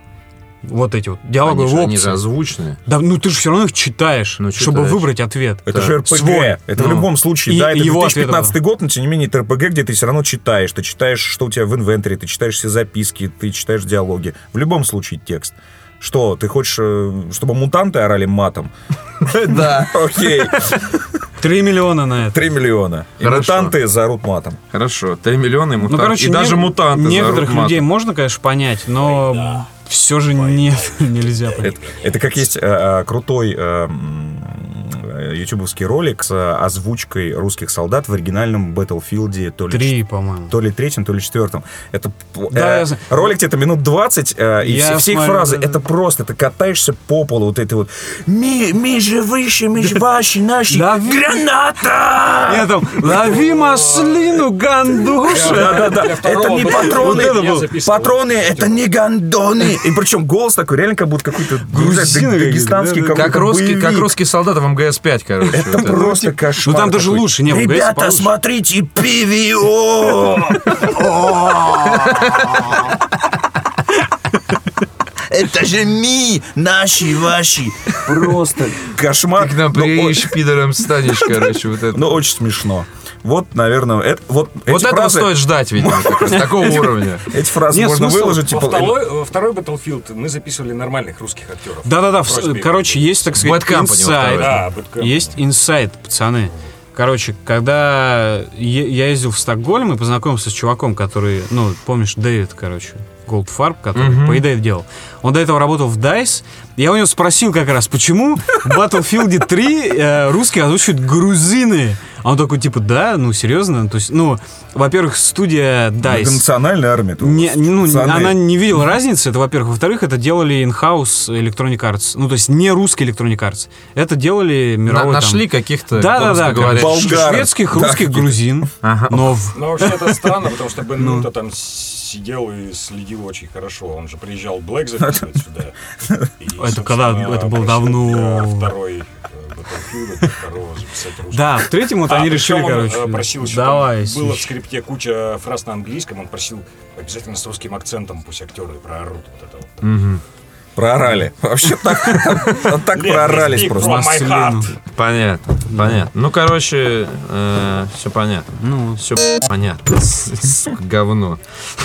[SPEAKER 1] Вот эти вот
[SPEAKER 4] Они,
[SPEAKER 1] диалоговые
[SPEAKER 4] же- они
[SPEAKER 1] опции.
[SPEAKER 4] же озвучные.
[SPEAKER 1] Да, ну ты же все равно их читаешь,
[SPEAKER 4] Ну,
[SPEAKER 1] чтобы
[SPEAKER 4] читаешь.
[SPEAKER 1] выбрать ответ.
[SPEAKER 3] Это
[SPEAKER 4] Да.
[SPEAKER 3] же РПГ.
[SPEAKER 1] Свой.
[SPEAKER 3] Это в
[SPEAKER 1] Ну.
[SPEAKER 3] любом случае,
[SPEAKER 1] И-
[SPEAKER 3] да,
[SPEAKER 1] и
[SPEAKER 3] это
[SPEAKER 1] его
[SPEAKER 3] 2015
[SPEAKER 1] ответ
[SPEAKER 3] год, но тем не менее это РПГ, где ты все равно читаешь. Ты читаешь, что у тебя в инвентаре, ты читаешь все записки, ты читаешь диалоги. В любом случае текст. Что, ты хочешь, э, чтобы мутанты орали матом? Да. Окей,
[SPEAKER 1] Три миллиона на это.
[SPEAKER 3] 3 миллиона. И
[SPEAKER 4] Хорошо.
[SPEAKER 3] мутанты заорут матом.
[SPEAKER 4] Хорошо, 3 миллиона и мутант.
[SPEAKER 1] Ну, короче,
[SPEAKER 4] и
[SPEAKER 1] не-
[SPEAKER 4] даже мутанты
[SPEAKER 1] Некоторых
[SPEAKER 4] заорут
[SPEAKER 1] людей
[SPEAKER 4] матом.
[SPEAKER 1] можно, конечно, понять, но все же нет, нельзя понять.
[SPEAKER 3] Это, это как есть э, э, крутой э, м, э, ютубовский ролик с э, озвучкой русских солдат в оригинальном Battlefield то ли
[SPEAKER 1] Три, по-моему.
[SPEAKER 3] то ли третьем, то ли четвертом. Это п-
[SPEAKER 1] Да,
[SPEAKER 3] э,
[SPEAKER 1] я знаю.
[SPEAKER 3] ролик где-то минут 20, э, и
[SPEAKER 1] Я
[SPEAKER 3] все, все их
[SPEAKER 1] смотрю,
[SPEAKER 3] фразы.
[SPEAKER 1] да, да.
[SPEAKER 3] Это просто, ты катаешься по полу, вот это вот «Ми, ми же выше, ми же ваши, наши,
[SPEAKER 1] Да.
[SPEAKER 3] граната!»
[SPEAKER 1] Я там, лови маслину, гандуша.
[SPEAKER 3] Да-да-да,
[SPEAKER 5] Для второго
[SPEAKER 3] это не
[SPEAKER 5] было.
[SPEAKER 3] патроны,
[SPEAKER 5] Вот это было. записывал.
[SPEAKER 3] патроны, это не гондоны. И причем голос такой, реально как будто какой-то Ну, не
[SPEAKER 1] Грузины
[SPEAKER 3] знаю,
[SPEAKER 1] какие-то,
[SPEAKER 3] дагестанский
[SPEAKER 1] да, да.
[SPEAKER 3] какой-то
[SPEAKER 4] Как русские, как
[SPEAKER 3] боевик.
[SPEAKER 4] русские солдаты в МГС-5, короче.
[SPEAKER 3] Это
[SPEAKER 4] вот
[SPEAKER 3] просто кошмар.
[SPEAKER 1] Ну, там даже
[SPEAKER 3] какой.
[SPEAKER 1] лучше, не, в ГС
[SPEAKER 3] Ребята,
[SPEAKER 1] получше.
[SPEAKER 3] смотрите, ПВО! Это же ми, наши, ваши. Просто кошмар.
[SPEAKER 4] Ты к нам
[SPEAKER 3] но о-
[SPEAKER 4] приедешь, пидором станешь, короче, вот это.
[SPEAKER 3] Но очень смешно. Вот, наверное, это, вот,
[SPEAKER 4] Вот
[SPEAKER 3] эти
[SPEAKER 4] этого
[SPEAKER 3] фразы,
[SPEAKER 4] стоит ждать, видимо, как раз, такого уровня.
[SPEAKER 3] эти фразы
[SPEAKER 1] Нет,
[SPEAKER 3] можно
[SPEAKER 1] смысл?
[SPEAKER 3] выложить.
[SPEAKER 5] Во
[SPEAKER 3] типа,
[SPEAKER 5] второй, во второй Battlefield мы записывали нормальных русских актеров.
[SPEAKER 1] Да-да-да,
[SPEAKER 5] Просто
[SPEAKER 1] в-
[SPEAKER 5] бегали.
[SPEAKER 1] короче, есть, так сказать,
[SPEAKER 4] Bad Company во второй.
[SPEAKER 1] инсайд.
[SPEAKER 5] Да, Bad Company.
[SPEAKER 1] Есть инсайд, пацаны. Короче, когда е- я ездил в Стокгольм и познакомился с чуваком, который, ну, помнишь, Дэвид, короче, Голдфарб, который по идее делал. Он до этого работал в DICE. Я у него спросил как раз, почему в Battlefield 3 э, русские озвучивают грузины. А он такой, типа, да, ну, серьезно? То есть, ну, во-первых, студия DICE.
[SPEAKER 3] Национальная армия. тут,
[SPEAKER 1] Не, не, ну,
[SPEAKER 3] пацаны.
[SPEAKER 1] она не видела разницы, это во-первых. Во-вторых, это делали in-house Electronic Arts. Ну, то есть не русский Electronic Arts. Это делали
[SPEAKER 4] На-
[SPEAKER 1] мировой... там-
[SPEAKER 4] Нашли каких-то,
[SPEAKER 1] Да-да-да,
[SPEAKER 4] говорят.
[SPEAKER 1] короче,
[SPEAKER 3] болгар.
[SPEAKER 1] шведских,
[SPEAKER 3] Да,
[SPEAKER 1] русских,
[SPEAKER 3] какие-то.
[SPEAKER 1] грузин.
[SPEAKER 4] Ага.
[SPEAKER 1] Но в-
[SPEAKER 5] Ну, вообще это странно, потому что Бен
[SPEAKER 1] Ну.
[SPEAKER 5] Мюнта там сидел и следил очень хорошо. Он же приезжал Блэк записывать сюда. И,
[SPEAKER 1] Это когда-
[SPEAKER 5] собственно,
[SPEAKER 1] это было
[SPEAKER 5] просил
[SPEAKER 1] давно.
[SPEAKER 5] для Второй э, Battlefield, для второго записать русский.
[SPEAKER 1] Да, в третьем вот
[SPEAKER 5] А,
[SPEAKER 1] они
[SPEAKER 5] причем
[SPEAKER 1] решили,
[SPEAKER 5] он,
[SPEAKER 1] короче,
[SPEAKER 5] э, просил, еще
[SPEAKER 1] давай.
[SPEAKER 5] там было в
[SPEAKER 1] сищ.
[SPEAKER 5] скрипте куча фраз на английском, он просил обязательно с русским акцентом, пусть актеры проорут вот это вот.
[SPEAKER 3] Проорали. Вообще так, так
[SPEAKER 5] Let me
[SPEAKER 3] проорались
[SPEAKER 5] speak
[SPEAKER 3] просто.
[SPEAKER 5] from my heart.
[SPEAKER 1] Маслину.
[SPEAKER 4] Понятно, понятно. Ну, короче, все понятно.
[SPEAKER 1] Ну,
[SPEAKER 4] Все понятно. Сука, говно.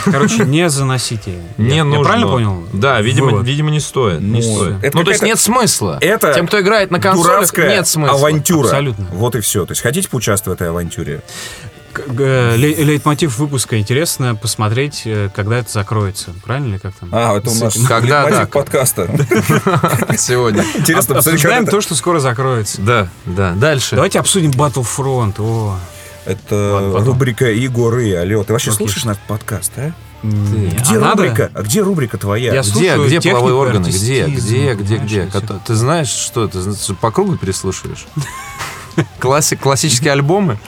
[SPEAKER 1] короче, не заносите.
[SPEAKER 4] Не
[SPEAKER 1] Я-
[SPEAKER 4] нужно.
[SPEAKER 1] Я правильно понял?
[SPEAKER 4] Да, видимо,
[SPEAKER 1] Вывод.
[SPEAKER 4] видимо не стоит. Не
[SPEAKER 3] Ну,
[SPEAKER 4] стоит.
[SPEAKER 3] это
[SPEAKER 4] ну, то есть
[SPEAKER 3] какая-то-
[SPEAKER 4] нет смысла.
[SPEAKER 3] это
[SPEAKER 4] Тем, кто играет на консолях,
[SPEAKER 3] Дурацкая
[SPEAKER 4] нет смысла.
[SPEAKER 3] авантюра.
[SPEAKER 1] Абсолютно.
[SPEAKER 3] Вот и все. То есть хотите поучаствовать в этой авантюре?
[SPEAKER 1] К- э, лей- Лейтмотив выпуска интересно посмотреть, э, когда это закроется. Правильно ли как там?
[SPEAKER 3] А, это у нас
[SPEAKER 4] Когда
[SPEAKER 3] лейтмотив
[SPEAKER 4] так?
[SPEAKER 3] подкаста.
[SPEAKER 4] Сегодня. А,
[SPEAKER 3] Интересно, посмотри, когда
[SPEAKER 1] Обсуждаем
[SPEAKER 3] это...
[SPEAKER 1] то, что скоро закроется.
[SPEAKER 4] Да, а да. Дальше.
[SPEAKER 1] Давайте обсудим Battlefront. О,
[SPEAKER 3] Это рубрика Игоры, алло. Ты вообще слушаешь наш подкаст, а?
[SPEAKER 1] не-
[SPEAKER 3] Где
[SPEAKER 1] а надо?
[SPEAKER 3] рубрика? А где рубрика твоя?
[SPEAKER 1] Я
[SPEAKER 4] Где,
[SPEAKER 1] слушаю
[SPEAKER 4] где половые
[SPEAKER 1] технику
[SPEAKER 4] органы? Где,
[SPEAKER 1] артистизма,
[SPEAKER 4] где, где, где?
[SPEAKER 1] понимаешь, и
[SPEAKER 4] Кото- Ты знаешь, что ты зна- по кругу переслушиваешь? Классик, классические альбомы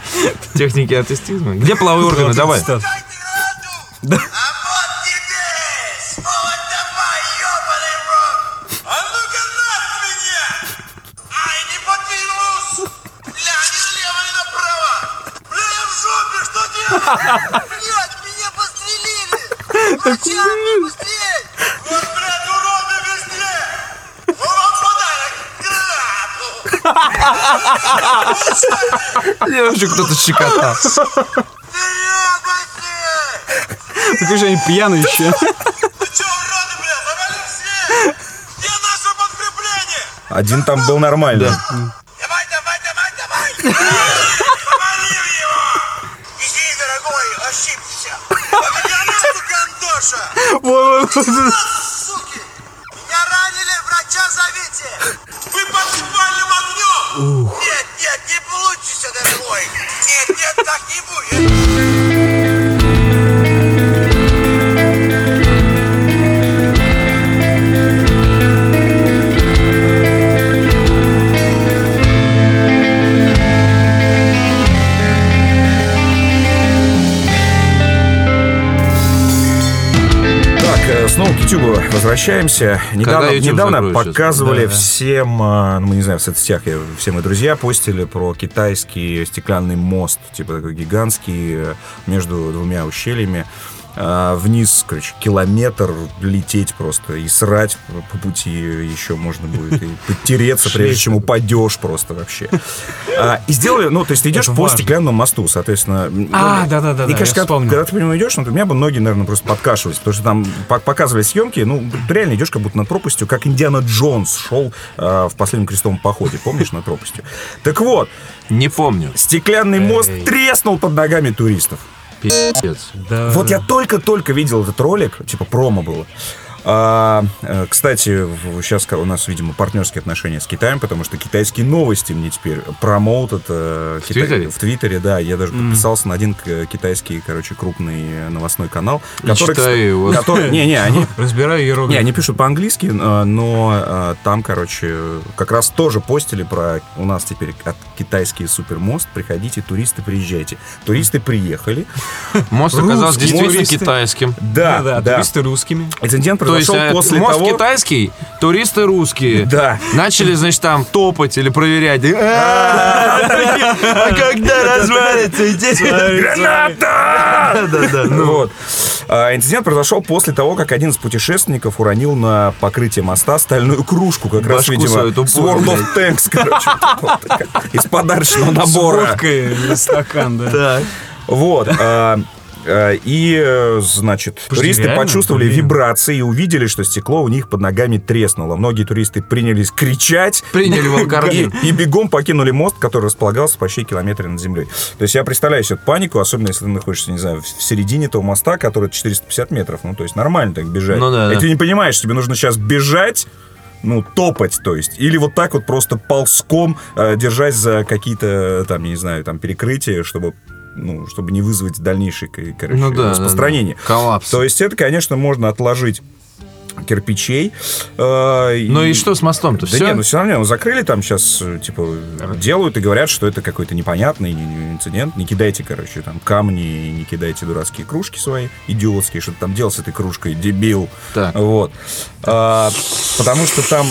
[SPEAKER 4] техники артистизма. Где половые органы? Давай.
[SPEAKER 1] Цитата.
[SPEAKER 4] Я вообще кто-то щекотал.
[SPEAKER 1] Такой же они пьяные еще.
[SPEAKER 3] Один там был нормальный.
[SPEAKER 6] Давай, давай, давай, давай! Молил его! Иди, дорогой, ошибся! Погонял гандоша! Суки! Меня ранили, врача зовите! Вы под спальным огнем! Нет, нет, не получится, дорогой! Нет, нет, так не будет!
[SPEAKER 3] э, снова к Ютубу возвращаемся. Недавно,
[SPEAKER 4] YouTube
[SPEAKER 3] недавно
[SPEAKER 4] закроется?
[SPEAKER 3] показывали всем, а, ну, мы не знаю, в соцсетях, я, все мои друзья постили про китайский стеклянный мост, типа такой гигантский, э, между двумя ущельями. А, Вниз, короче, километр лететь просто и срать по- по пути еще можно будет, и подтереться, прежде чем упадешь просто вообще. А, И сделали, ну, то есть ты идешь
[SPEAKER 1] Это
[SPEAKER 3] по
[SPEAKER 1] важно.
[SPEAKER 3] стеклянному мосту, соответственно.
[SPEAKER 1] А,
[SPEAKER 3] ну,
[SPEAKER 1] да-да-да-да,
[SPEAKER 3] И,
[SPEAKER 1] я
[SPEAKER 3] конечно, когда,
[SPEAKER 1] вспомнил.
[SPEAKER 3] когда ты по нему идешь, ну, у меня бы ноги, наверное, просто подкашивались, потому что там пок- показывали съемки, ну, ты реально идешь как будто над пропастью, как Индиана Джонс шел э, в последнем крестовом походе, помнишь, над пропастью? Так вот,
[SPEAKER 4] Не помню.
[SPEAKER 3] стеклянный мост треснул под ногами туристов.
[SPEAKER 4] Пиздец.
[SPEAKER 1] Да.
[SPEAKER 3] Вот я только-только видел этот ролик, типа промо было. А, э, кстати, сейчас у нас, видимо, партнерские отношения с Китаем, потому что китайские новости мне теперь промоутят э, Китай-
[SPEAKER 4] Твиттере?
[SPEAKER 3] в Твиттере, да. Я даже подписался на один э, китайский, короче, крупный э, новостной канал,
[SPEAKER 4] читай его.
[SPEAKER 3] который- не, не, они
[SPEAKER 1] Разбираю
[SPEAKER 3] не,
[SPEAKER 1] иероглифы.
[SPEAKER 3] они пишут по-английски, э, но э, там, короче, как раз тоже постили про у нас теперь от- китайский супермост. Приходите, туристы, приезжайте. Туристы приехали.
[SPEAKER 4] Мост оказался
[SPEAKER 3] Русский
[SPEAKER 4] действительно
[SPEAKER 3] мост.
[SPEAKER 4] китайским.
[SPEAKER 3] Да, да.
[SPEAKER 1] а туристы русскими.
[SPEAKER 3] Инцидент
[SPEAKER 4] То есть
[SPEAKER 3] произошел
[SPEAKER 4] э,
[SPEAKER 3] после
[SPEAKER 4] мост
[SPEAKER 3] того...
[SPEAKER 4] китайский, туристы русские.
[SPEAKER 3] Да.
[SPEAKER 4] Начали, значит, там топать или проверять. И, «А, А когда развалится? Здесь
[SPEAKER 3] Граната! Вот. ну. А, Инцидент произошел после того, как один из путешественников уронил на покрытие моста стальную кружку, как раз,
[SPEAKER 4] Башку
[SPEAKER 3] видимо,
[SPEAKER 4] свою
[SPEAKER 3] с
[SPEAKER 4] тупую,
[SPEAKER 3] World of Tanks, короче. вот такая, Из подарочного
[SPEAKER 1] С
[SPEAKER 3] набора.
[SPEAKER 1] водкой на стакан, да.
[SPEAKER 3] Вот. а, а, И, э, значит,
[SPEAKER 1] Подожди,
[SPEAKER 3] туристы
[SPEAKER 1] реально?
[SPEAKER 3] почувствовали
[SPEAKER 1] Блин.
[SPEAKER 3] вибрации и увидели, что стекло у них под ногами треснуло. Многие туристы принялись кричать.
[SPEAKER 4] Приняли волкордин.
[SPEAKER 3] И, и бегом покинули мост, который располагался почти километре над землей. То есть я представляю себе эту панику, особенно если ты находишься, не знаю, в в середине этого моста, который 450 метров. Ну, то есть нормально так бежать.
[SPEAKER 4] Ну да,
[SPEAKER 3] И
[SPEAKER 4] да.
[SPEAKER 3] ты не понимаешь, тебе нужно сейчас бежать, ну, топать, то есть. Или вот так вот просто ползком, э, держась за какие-то, там, я не знаю, там, перекрытия, чтобы, ну, чтобы не вызвать дальнейшее, кор- короче,
[SPEAKER 4] Ну да, да, да.
[SPEAKER 3] распространение.
[SPEAKER 4] Коллапс.
[SPEAKER 3] То есть это, конечно, можно отложить кирпичей. э,
[SPEAKER 4] Ну и что с мостом-то?
[SPEAKER 3] да не,
[SPEAKER 4] Все?
[SPEAKER 3] ну все равно, ну, закрыли там сейчас, типа, делают и говорят, что это какой-то непонятный ин- ин- инцидент. Не кидайте, короче, там камни, не кидайте дурацкие кружки свои, идиотские, что ты там делал с этой кружкой, дебил.
[SPEAKER 4] Так.
[SPEAKER 3] Вот. А, потому что там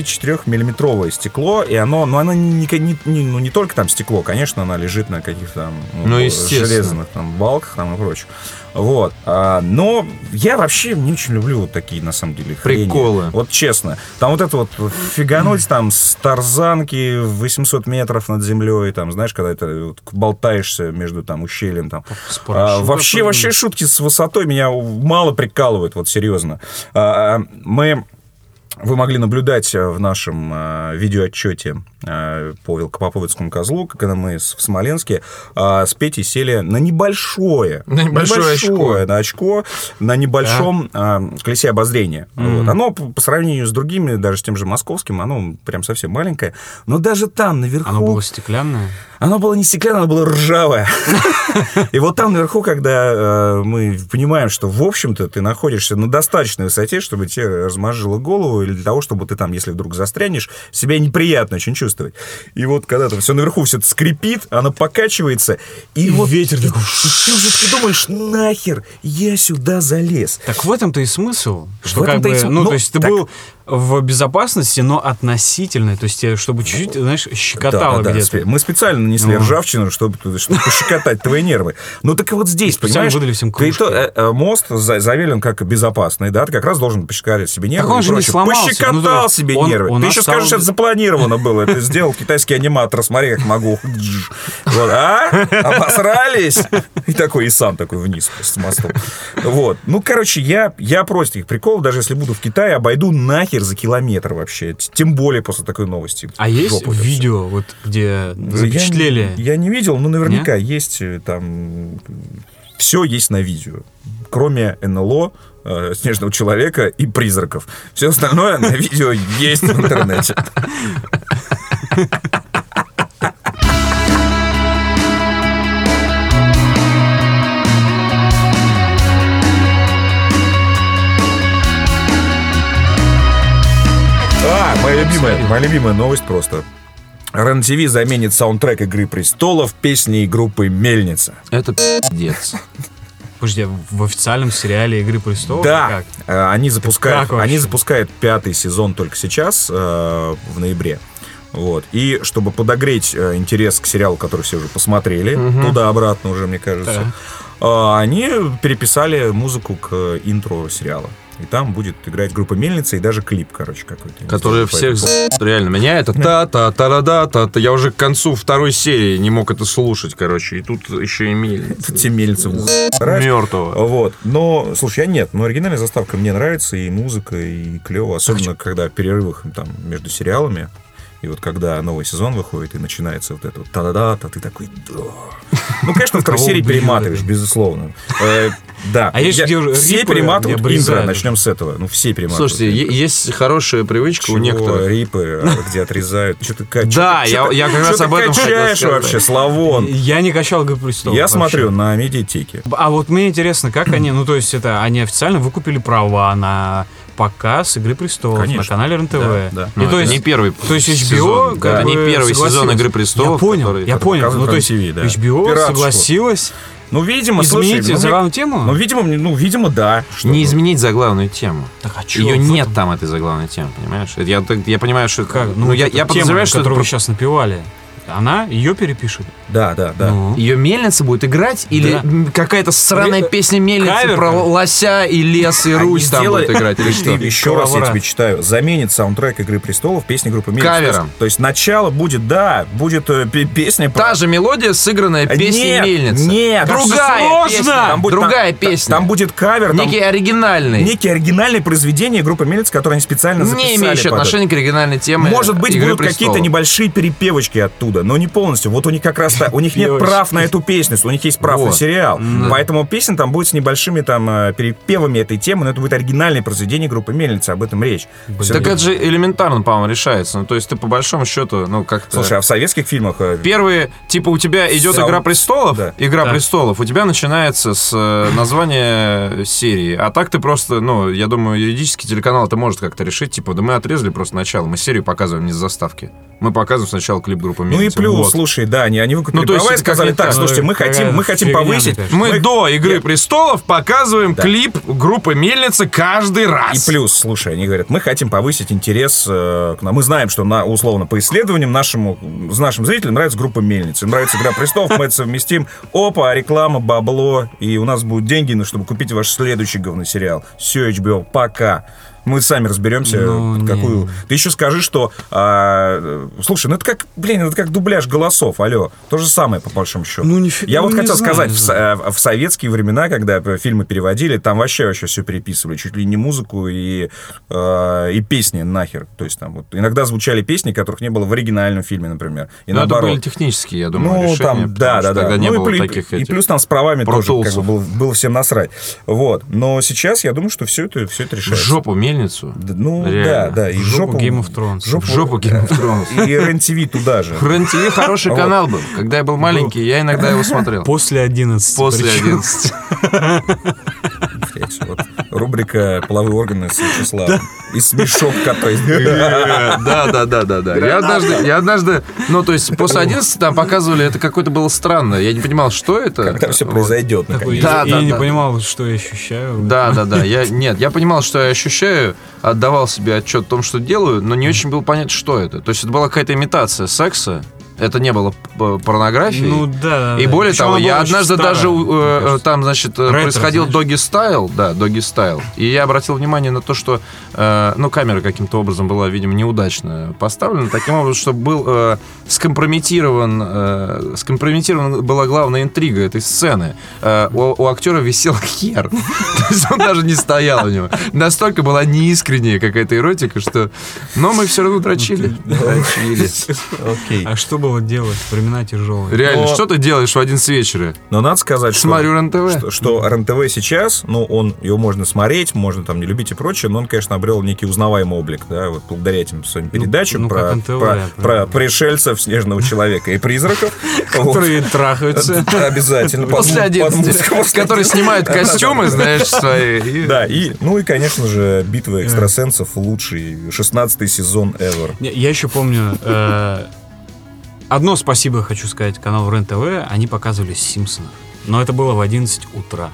[SPEAKER 3] 24-миллиметровое стекло, и оно, ну оно не, не- не- ну, не только там стекло, конечно, она лежит на каких-то там
[SPEAKER 4] Ну, естественно.
[SPEAKER 3] железных там балках там и прочем. Вот. А, но я вообще не очень люблю вот такие, на самом деле, хрени.
[SPEAKER 4] Приколы.
[SPEAKER 3] Вот честно. Там вот это вот фигануть там с тарзанки в 800 метров над землей, там, знаешь, когда это вот болтаешься между там ущельем, там.
[SPEAKER 1] С
[SPEAKER 3] А,
[SPEAKER 1] парашютом
[SPEAKER 3] вообще,
[SPEAKER 1] прыгнуть.
[SPEAKER 3] вообще шутки с высотой меня мало прикалывают, вот серьезно. А, а, мы... Вы могли наблюдать э, в нашем э, видеоотчете э, по Велкопоповицкому козлу, когда мы с- в Смоленске э, с Петей сели на небольшое,
[SPEAKER 4] На небольшое очко.
[SPEAKER 3] на очко на небольшом э, колесе обозрения. Вот. Оно по по сравнению с другими, даже с тем же московским, оно прям совсем маленькое. Но даже там наверху
[SPEAKER 1] Оно было стеклянное.
[SPEAKER 3] оно было не стеклянное, оно было ржавое. И вот там наверху, когда э, мы понимаем, что, в общем-то, ты находишься на достаточной высоте, чтобы тебе размажило голову, или для того, чтобы ты там, если вдруг застрянешь, себя неприятно очень чувствовать. И вот когда там все наверху все скрипит, оно покачивается, и, вот...
[SPEAKER 1] ветер
[SPEAKER 3] и ты уже ты думаешь, нахер я сюда залез?
[SPEAKER 1] Так в этом-то и смысл. Что
[SPEAKER 3] В
[SPEAKER 1] как
[SPEAKER 3] этом-то и
[SPEAKER 1] бы,
[SPEAKER 3] см-
[SPEAKER 1] ну,
[SPEAKER 3] ну,
[SPEAKER 1] то есть ты
[SPEAKER 3] так.
[SPEAKER 1] был в безопасности, но относительной. То есть тебе, чтобы чуть-чуть, знаешь,
[SPEAKER 3] Ну,
[SPEAKER 1] щекотало
[SPEAKER 3] Да, да, да.
[SPEAKER 1] где-то. Ну.
[SPEAKER 3] Спе- Мы специально нанесли ржавчину, чтобы, туда- чтобы пощекотать твои нервы. Ну так вот здесь,
[SPEAKER 1] специально
[SPEAKER 3] понимаешь,
[SPEAKER 1] выдали всем
[SPEAKER 3] ты
[SPEAKER 1] кружки.
[SPEAKER 3] то- э, э, мост за- заверен как безопасный, да, ты как раз должен пощекотать себе нервы.
[SPEAKER 1] Так он
[SPEAKER 3] и
[SPEAKER 1] же не
[SPEAKER 3] прочее.
[SPEAKER 1] сломался.
[SPEAKER 3] Пощекотал
[SPEAKER 1] Ну да.
[SPEAKER 3] себе
[SPEAKER 1] Он-
[SPEAKER 3] нервы.
[SPEAKER 1] он
[SPEAKER 3] ты еще
[SPEAKER 1] остался-
[SPEAKER 3] скажешь, это запланировано было. Это сделал китайский аниматор, смотри, как могу. Вот, а? Обосрались? И такой, и сам такой вниз с мостом. Вот. Ну, короче, я, я против их прикол, даже если буду в Китае, обойду нахер за километр вообще. Т- Тем более после такой новости.
[SPEAKER 1] А
[SPEAKER 3] В
[SPEAKER 1] есть
[SPEAKER 3] жопу это всё. Ну,
[SPEAKER 1] видео, вот где
[SPEAKER 3] Я
[SPEAKER 1] запечатлели?
[SPEAKER 3] не- Я, не видел, но наверняка есть э, там... Все есть на видео, кроме НЛО, э, Снежного Человека и Призраков. Все остальное на видео есть в интернете. А, моя любимая, моя любимая новость просто. РЕН-ТВ заменит саундтрек «Игры престолов» песней группы «Мельница».
[SPEAKER 4] Это пиздец.
[SPEAKER 1] Подожди, в официальном сериале «Игры престолов»?
[SPEAKER 3] Да,
[SPEAKER 1] Как?
[SPEAKER 3] э, они запускают,
[SPEAKER 1] как вообще?
[SPEAKER 3] они запускают пятый сезон только сейчас, э, в ноябре. Вот. И чтобы подогреть э, интерес к сериалу, который все уже посмотрели, туда-обратно уже, мне кажется, э, они переписали музыку к э, интро сериала. И там будет играть группа Мельница и даже клип, короче, какой-то.
[SPEAKER 4] Который всех за- реально меня это та та та да та та Я уже к концу второй серии не мог это слушать, короче. И тут еще и типа,
[SPEAKER 3] Те мельницы в раз.
[SPEAKER 4] мертвого.
[SPEAKER 3] Вот. Но, слушай, я нет, но оригинальная заставка мне нравится, и музыка, и клево. Особенно, когда в перерывах там между сериалами, и вот когда новый сезон выходит, и начинается вот это вот та-да-да, та ты такой, да. Ну, конечно, во второй
[SPEAKER 1] Кого
[SPEAKER 3] серии
[SPEAKER 1] убили,
[SPEAKER 3] перематываешь, безусловно. Э, Да.
[SPEAKER 1] А есть,
[SPEAKER 3] Я-
[SPEAKER 1] где уже
[SPEAKER 3] Все
[SPEAKER 1] рипы
[SPEAKER 3] перематывают
[SPEAKER 1] обрезают.
[SPEAKER 3] интро, начнем с этого. Ну, все перематывают.
[SPEAKER 4] Слушайте, е- есть хорошая привычка
[SPEAKER 3] Чего
[SPEAKER 4] у некоторых.
[SPEAKER 3] рипы, а, где отрезают. Чё ты ка-
[SPEAKER 4] Да,
[SPEAKER 3] чё-
[SPEAKER 4] я-
[SPEAKER 3] чё ты-
[SPEAKER 4] я как
[SPEAKER 3] чё
[SPEAKER 4] раз
[SPEAKER 3] ты
[SPEAKER 4] об этом хотел
[SPEAKER 3] качаешь
[SPEAKER 4] сказать.
[SPEAKER 3] вообще, Славон.
[SPEAKER 1] Я не качал «Игры престолов».
[SPEAKER 3] Я
[SPEAKER 1] вообще.
[SPEAKER 3] смотрю на медиатеке.
[SPEAKER 1] А вот мне интересно, как они, ну то есть это, они официально выкупили права на показ «Игры престолов»
[SPEAKER 3] Конечно.
[SPEAKER 1] на канале РНТВ.
[SPEAKER 3] Да, да. Ну,
[SPEAKER 1] И то есть,
[SPEAKER 4] не первый
[SPEAKER 1] то есть HBO,
[SPEAKER 4] сезон,
[SPEAKER 1] как
[SPEAKER 4] это не
[SPEAKER 1] бы,
[SPEAKER 4] первый сезон
[SPEAKER 1] согласилась.
[SPEAKER 4] «Игры престолов».
[SPEAKER 1] Я понял,
[SPEAKER 4] который-
[SPEAKER 1] я
[SPEAKER 4] который
[SPEAKER 1] понял. Ну, то
[SPEAKER 3] показывают
[SPEAKER 1] есть
[SPEAKER 3] на MTV, да.
[SPEAKER 1] HBO
[SPEAKER 3] Пиратство.
[SPEAKER 1] согласилась
[SPEAKER 3] Ну, видимо, слушай,
[SPEAKER 1] изменить
[SPEAKER 3] ну, мне-
[SPEAKER 1] главную тему.
[SPEAKER 3] Ну, видимо, мне- ну, видимо, да. Что
[SPEAKER 4] А. Не
[SPEAKER 3] ну,
[SPEAKER 4] изменить заглавную тему.
[SPEAKER 1] Так, а чё?
[SPEAKER 4] Ее
[SPEAKER 1] Вот
[SPEAKER 4] нет там, этой заглавной темы, понимаешь? Это Я, так- я понимаю, что...
[SPEAKER 1] Как?
[SPEAKER 4] Ну, я, я подозреваю, что... это
[SPEAKER 1] которую вы
[SPEAKER 4] про-
[SPEAKER 1] сейчас напевали, она ее перепишет.
[SPEAKER 3] Да, да, да.
[SPEAKER 1] Ну.
[SPEAKER 4] Ее мельница будет играть или
[SPEAKER 1] Да.
[SPEAKER 4] м, какая-то сраная
[SPEAKER 1] Ре-
[SPEAKER 4] песня мельницы
[SPEAKER 1] кавер,
[SPEAKER 4] про
[SPEAKER 1] конечно.
[SPEAKER 4] лося и лес и
[SPEAKER 3] Они
[SPEAKER 4] Русь там
[SPEAKER 3] сделали-
[SPEAKER 4] будет играть или что?
[SPEAKER 3] Еще раз я
[SPEAKER 1] Коловрат.
[SPEAKER 3] тебе читаю. Заменит саундтрек «Игры престолов» песни группы Мельница.
[SPEAKER 4] Кавером.
[SPEAKER 3] То есть- То есть начало будет, да, будет э, пе- песня... про-
[SPEAKER 4] Та же мелодия, сыгранная песней
[SPEAKER 3] Э, Нет,
[SPEAKER 4] мельницы.
[SPEAKER 3] Нет, там
[SPEAKER 4] другая
[SPEAKER 3] сложно.
[SPEAKER 4] песня,
[SPEAKER 3] Там будет-
[SPEAKER 4] другая
[SPEAKER 3] там-
[SPEAKER 4] песня.
[SPEAKER 3] Там будет кавер, там
[SPEAKER 4] Некий оригинальный.
[SPEAKER 3] некие оригинальные произведения группы Мельница, которые они специально записали.
[SPEAKER 4] не имеющий
[SPEAKER 3] под это.
[SPEAKER 4] отношения к оригинальной теме.
[SPEAKER 3] Может быть,
[SPEAKER 4] «Игры
[SPEAKER 3] будут какие-то
[SPEAKER 4] престолов».
[SPEAKER 3] небольшие перепевочки оттуда, но не полностью. Вот у них как раз та- у них нет
[SPEAKER 1] Перепевочки.
[SPEAKER 3] прав на эту песню, у них есть прав на
[SPEAKER 4] Вот.
[SPEAKER 3] сериал. Поэтому песня там будет с небольшими там э, перепевами этой темы, но это будет оригинальное произведение группы Мельница, об этом речь.
[SPEAKER 1] э,
[SPEAKER 3] Всё
[SPEAKER 4] Так
[SPEAKER 3] верно.
[SPEAKER 4] это же элементарно, по-моему, решается. Ну, то есть ты по большому счету, ну, как-то...
[SPEAKER 3] Слушай, а в советских фильмах э,
[SPEAKER 4] Первые, типа, у тебя идет
[SPEAKER 3] Саунд-
[SPEAKER 4] Игра престолов,
[SPEAKER 3] Да.
[SPEAKER 4] Игра
[SPEAKER 1] Да.
[SPEAKER 4] престолов, у тебя начинается с э, названия серии. А так ты просто, ну, я думаю, юридический телеканал это может как-то решить. Типа, да мы отрезали просто начало, мы серию показываем не с заставки. Мы показываем сначала клип группы
[SPEAKER 3] ну и
[SPEAKER 4] «Мельница».
[SPEAKER 3] плюс,
[SPEAKER 4] Вот.
[SPEAKER 3] слушай, да, они, они выкупили
[SPEAKER 4] Ну, то есть
[SPEAKER 3] права и
[SPEAKER 4] это
[SPEAKER 3] сказали,
[SPEAKER 4] как-то
[SPEAKER 3] так,
[SPEAKER 4] так.
[SPEAKER 3] слушайте, мы
[SPEAKER 1] Ну, это
[SPEAKER 3] хотим, мы хотим
[SPEAKER 1] фигня, мне
[SPEAKER 3] повысить.
[SPEAKER 1] кажется.
[SPEAKER 4] Мы до «Игры престолов» показываем
[SPEAKER 3] Да.
[SPEAKER 4] клип группы «Мельница» каждый
[SPEAKER 3] И
[SPEAKER 4] раз.
[SPEAKER 3] плюс, слушай, они говорят, мы хотим повысить интерес э, к нам. Мы знаем, что на, условно по исследованиям нашему, с нашим зрителям нравится группа Мельницы, им нравится игра престолов, мы это совместим. Опа, реклама, бабло, и у нас будут деньги, ну, чтобы купить ваш следующий говносериал. Все, HBO, пока. Мы сами разберемся,
[SPEAKER 1] Ну,
[SPEAKER 3] под какую.
[SPEAKER 1] не.
[SPEAKER 3] Ты еще скажи, что. а, э, слушай, ну это как, блин, это как дубляж голосов, алло. То же самое, по большому счету.
[SPEAKER 1] Ну, нифига,
[SPEAKER 3] Я вот
[SPEAKER 1] ну, не
[SPEAKER 3] хотел
[SPEAKER 1] знаю,
[SPEAKER 3] сказать,
[SPEAKER 1] не
[SPEAKER 3] в, со- э, в советские времена, когда э, фильмы переводили, там вообще вообще все переписывали, чуть ли не музыку и, э, и песни нахер. То есть там вот иногда звучали песни, которых не было в оригинальном фильме, например. И
[SPEAKER 4] Ну, это
[SPEAKER 3] наоборот. Ну,
[SPEAKER 4] были технические, я думаю, решения. потому
[SPEAKER 3] да,
[SPEAKER 4] что
[SPEAKER 3] да, да.
[SPEAKER 4] Тогда не
[SPEAKER 3] Ну, и
[SPEAKER 4] было
[SPEAKER 3] плю-
[SPEAKER 4] таких
[SPEAKER 3] и,
[SPEAKER 4] этих.
[SPEAKER 3] плюс там с правами тоже как бы,
[SPEAKER 4] протулсов.
[SPEAKER 3] был- было, всем насрать. Вот. Но сейчас я думаю, что все это, все это решается.
[SPEAKER 4] Жопу мельницу.
[SPEAKER 3] Да, Ну,
[SPEAKER 4] Реально.
[SPEAKER 3] да, да. И
[SPEAKER 1] Жопу
[SPEAKER 3] жопу,
[SPEAKER 1] Game of Thrones.
[SPEAKER 3] жопу-
[SPEAKER 4] Жопу Game of Thrones.
[SPEAKER 3] И РЕН-ТВ туда же.
[SPEAKER 4] Рен ТВ хороший
[SPEAKER 3] Вот. Ну,
[SPEAKER 4] канал был. Когда я был маленький, я иногда его смотрел.
[SPEAKER 1] После 11.
[SPEAKER 4] После
[SPEAKER 1] причём.
[SPEAKER 4] 11.
[SPEAKER 3] Блядь, вот рубрика «Половые органы» с Вячеславом. И смешок который...
[SPEAKER 4] Да, да, да, да, да. Я однажды, я однажды, ну, то есть, после 11 там показывали, это какое-то было странно. Я не понимал, что это.
[SPEAKER 3] Когда все
[SPEAKER 4] Вот.
[SPEAKER 3] произойдет,
[SPEAKER 1] Такой,
[SPEAKER 3] наконец.
[SPEAKER 4] Да,
[SPEAKER 1] я, я
[SPEAKER 4] да,
[SPEAKER 1] не
[SPEAKER 4] да.
[SPEAKER 1] понимал, что я ощущаю.
[SPEAKER 4] Да, да, да. Я, нет, я понимал, что я ощущаю, отдавал себе отчет о том, что делаю, но не очень было понятно, что это. То есть это была какая-то имитация секса. Это не было п- порнографией.
[SPEAKER 1] Ну да. да,
[SPEAKER 4] И
[SPEAKER 1] да.
[SPEAKER 4] более
[SPEAKER 1] Причём
[SPEAKER 4] того,
[SPEAKER 1] она
[SPEAKER 4] я
[SPEAKER 1] была очень
[SPEAKER 4] однажды
[SPEAKER 1] старая,
[SPEAKER 4] даже у, э,
[SPEAKER 1] мне кажется.
[SPEAKER 4] там, значит, э,
[SPEAKER 1] Ретро,
[SPEAKER 4] происходил
[SPEAKER 1] знаешь.
[SPEAKER 4] доги стайл, да, доги стайл, и я обратил внимание на то, что, э, ну, камера каким-то образом была, видимо, неудачно поставлена, таким образом, что был э, скомпрометирован, э, скомпрометирован была главная интрига этой сцены. Э, у, у актера висел хер, то есть он даже не стоял у него. Настолько была неискренняя какая-то эротика, что, но мы все равно дрочили. Дрочили.
[SPEAKER 3] Окей.
[SPEAKER 1] А что было делать? Времена тяжелые.
[SPEAKER 4] Реально,
[SPEAKER 3] Но-
[SPEAKER 4] что ты делаешь в 11 вечера?
[SPEAKER 3] Но надо сказать, что...
[SPEAKER 4] Смотрю РЕН-ТВ.
[SPEAKER 3] Что, что РЕН-ТВ сейчас, ну, он, его можно смотреть, можно там не любить и прочее, но он, конечно, обрел некий узнаваемый облик, да, вот благодаря этим своим передачам
[SPEAKER 1] ну,
[SPEAKER 3] про,
[SPEAKER 1] как
[SPEAKER 3] про-
[SPEAKER 1] NTV,
[SPEAKER 3] про
[SPEAKER 1] правильно.
[SPEAKER 3] пришельцев, снежного человека и призраков. Вот.
[SPEAKER 1] Которые трахаются.
[SPEAKER 3] Это Обязательно. под
[SPEAKER 4] После
[SPEAKER 3] му- под
[SPEAKER 4] 11,
[SPEAKER 3] музыку.
[SPEAKER 4] которые снимают костюмы, знаешь, свои. и-
[SPEAKER 3] Да, и, ну и, конечно же, битва экстрасенсов лучший 16 сезон ever.
[SPEAKER 1] Не, Я еще помню... э, Одно спасибо хочу сказать каналу РЕН-ТВ. Они показывали Симпсонов. Но это было в 11 утра.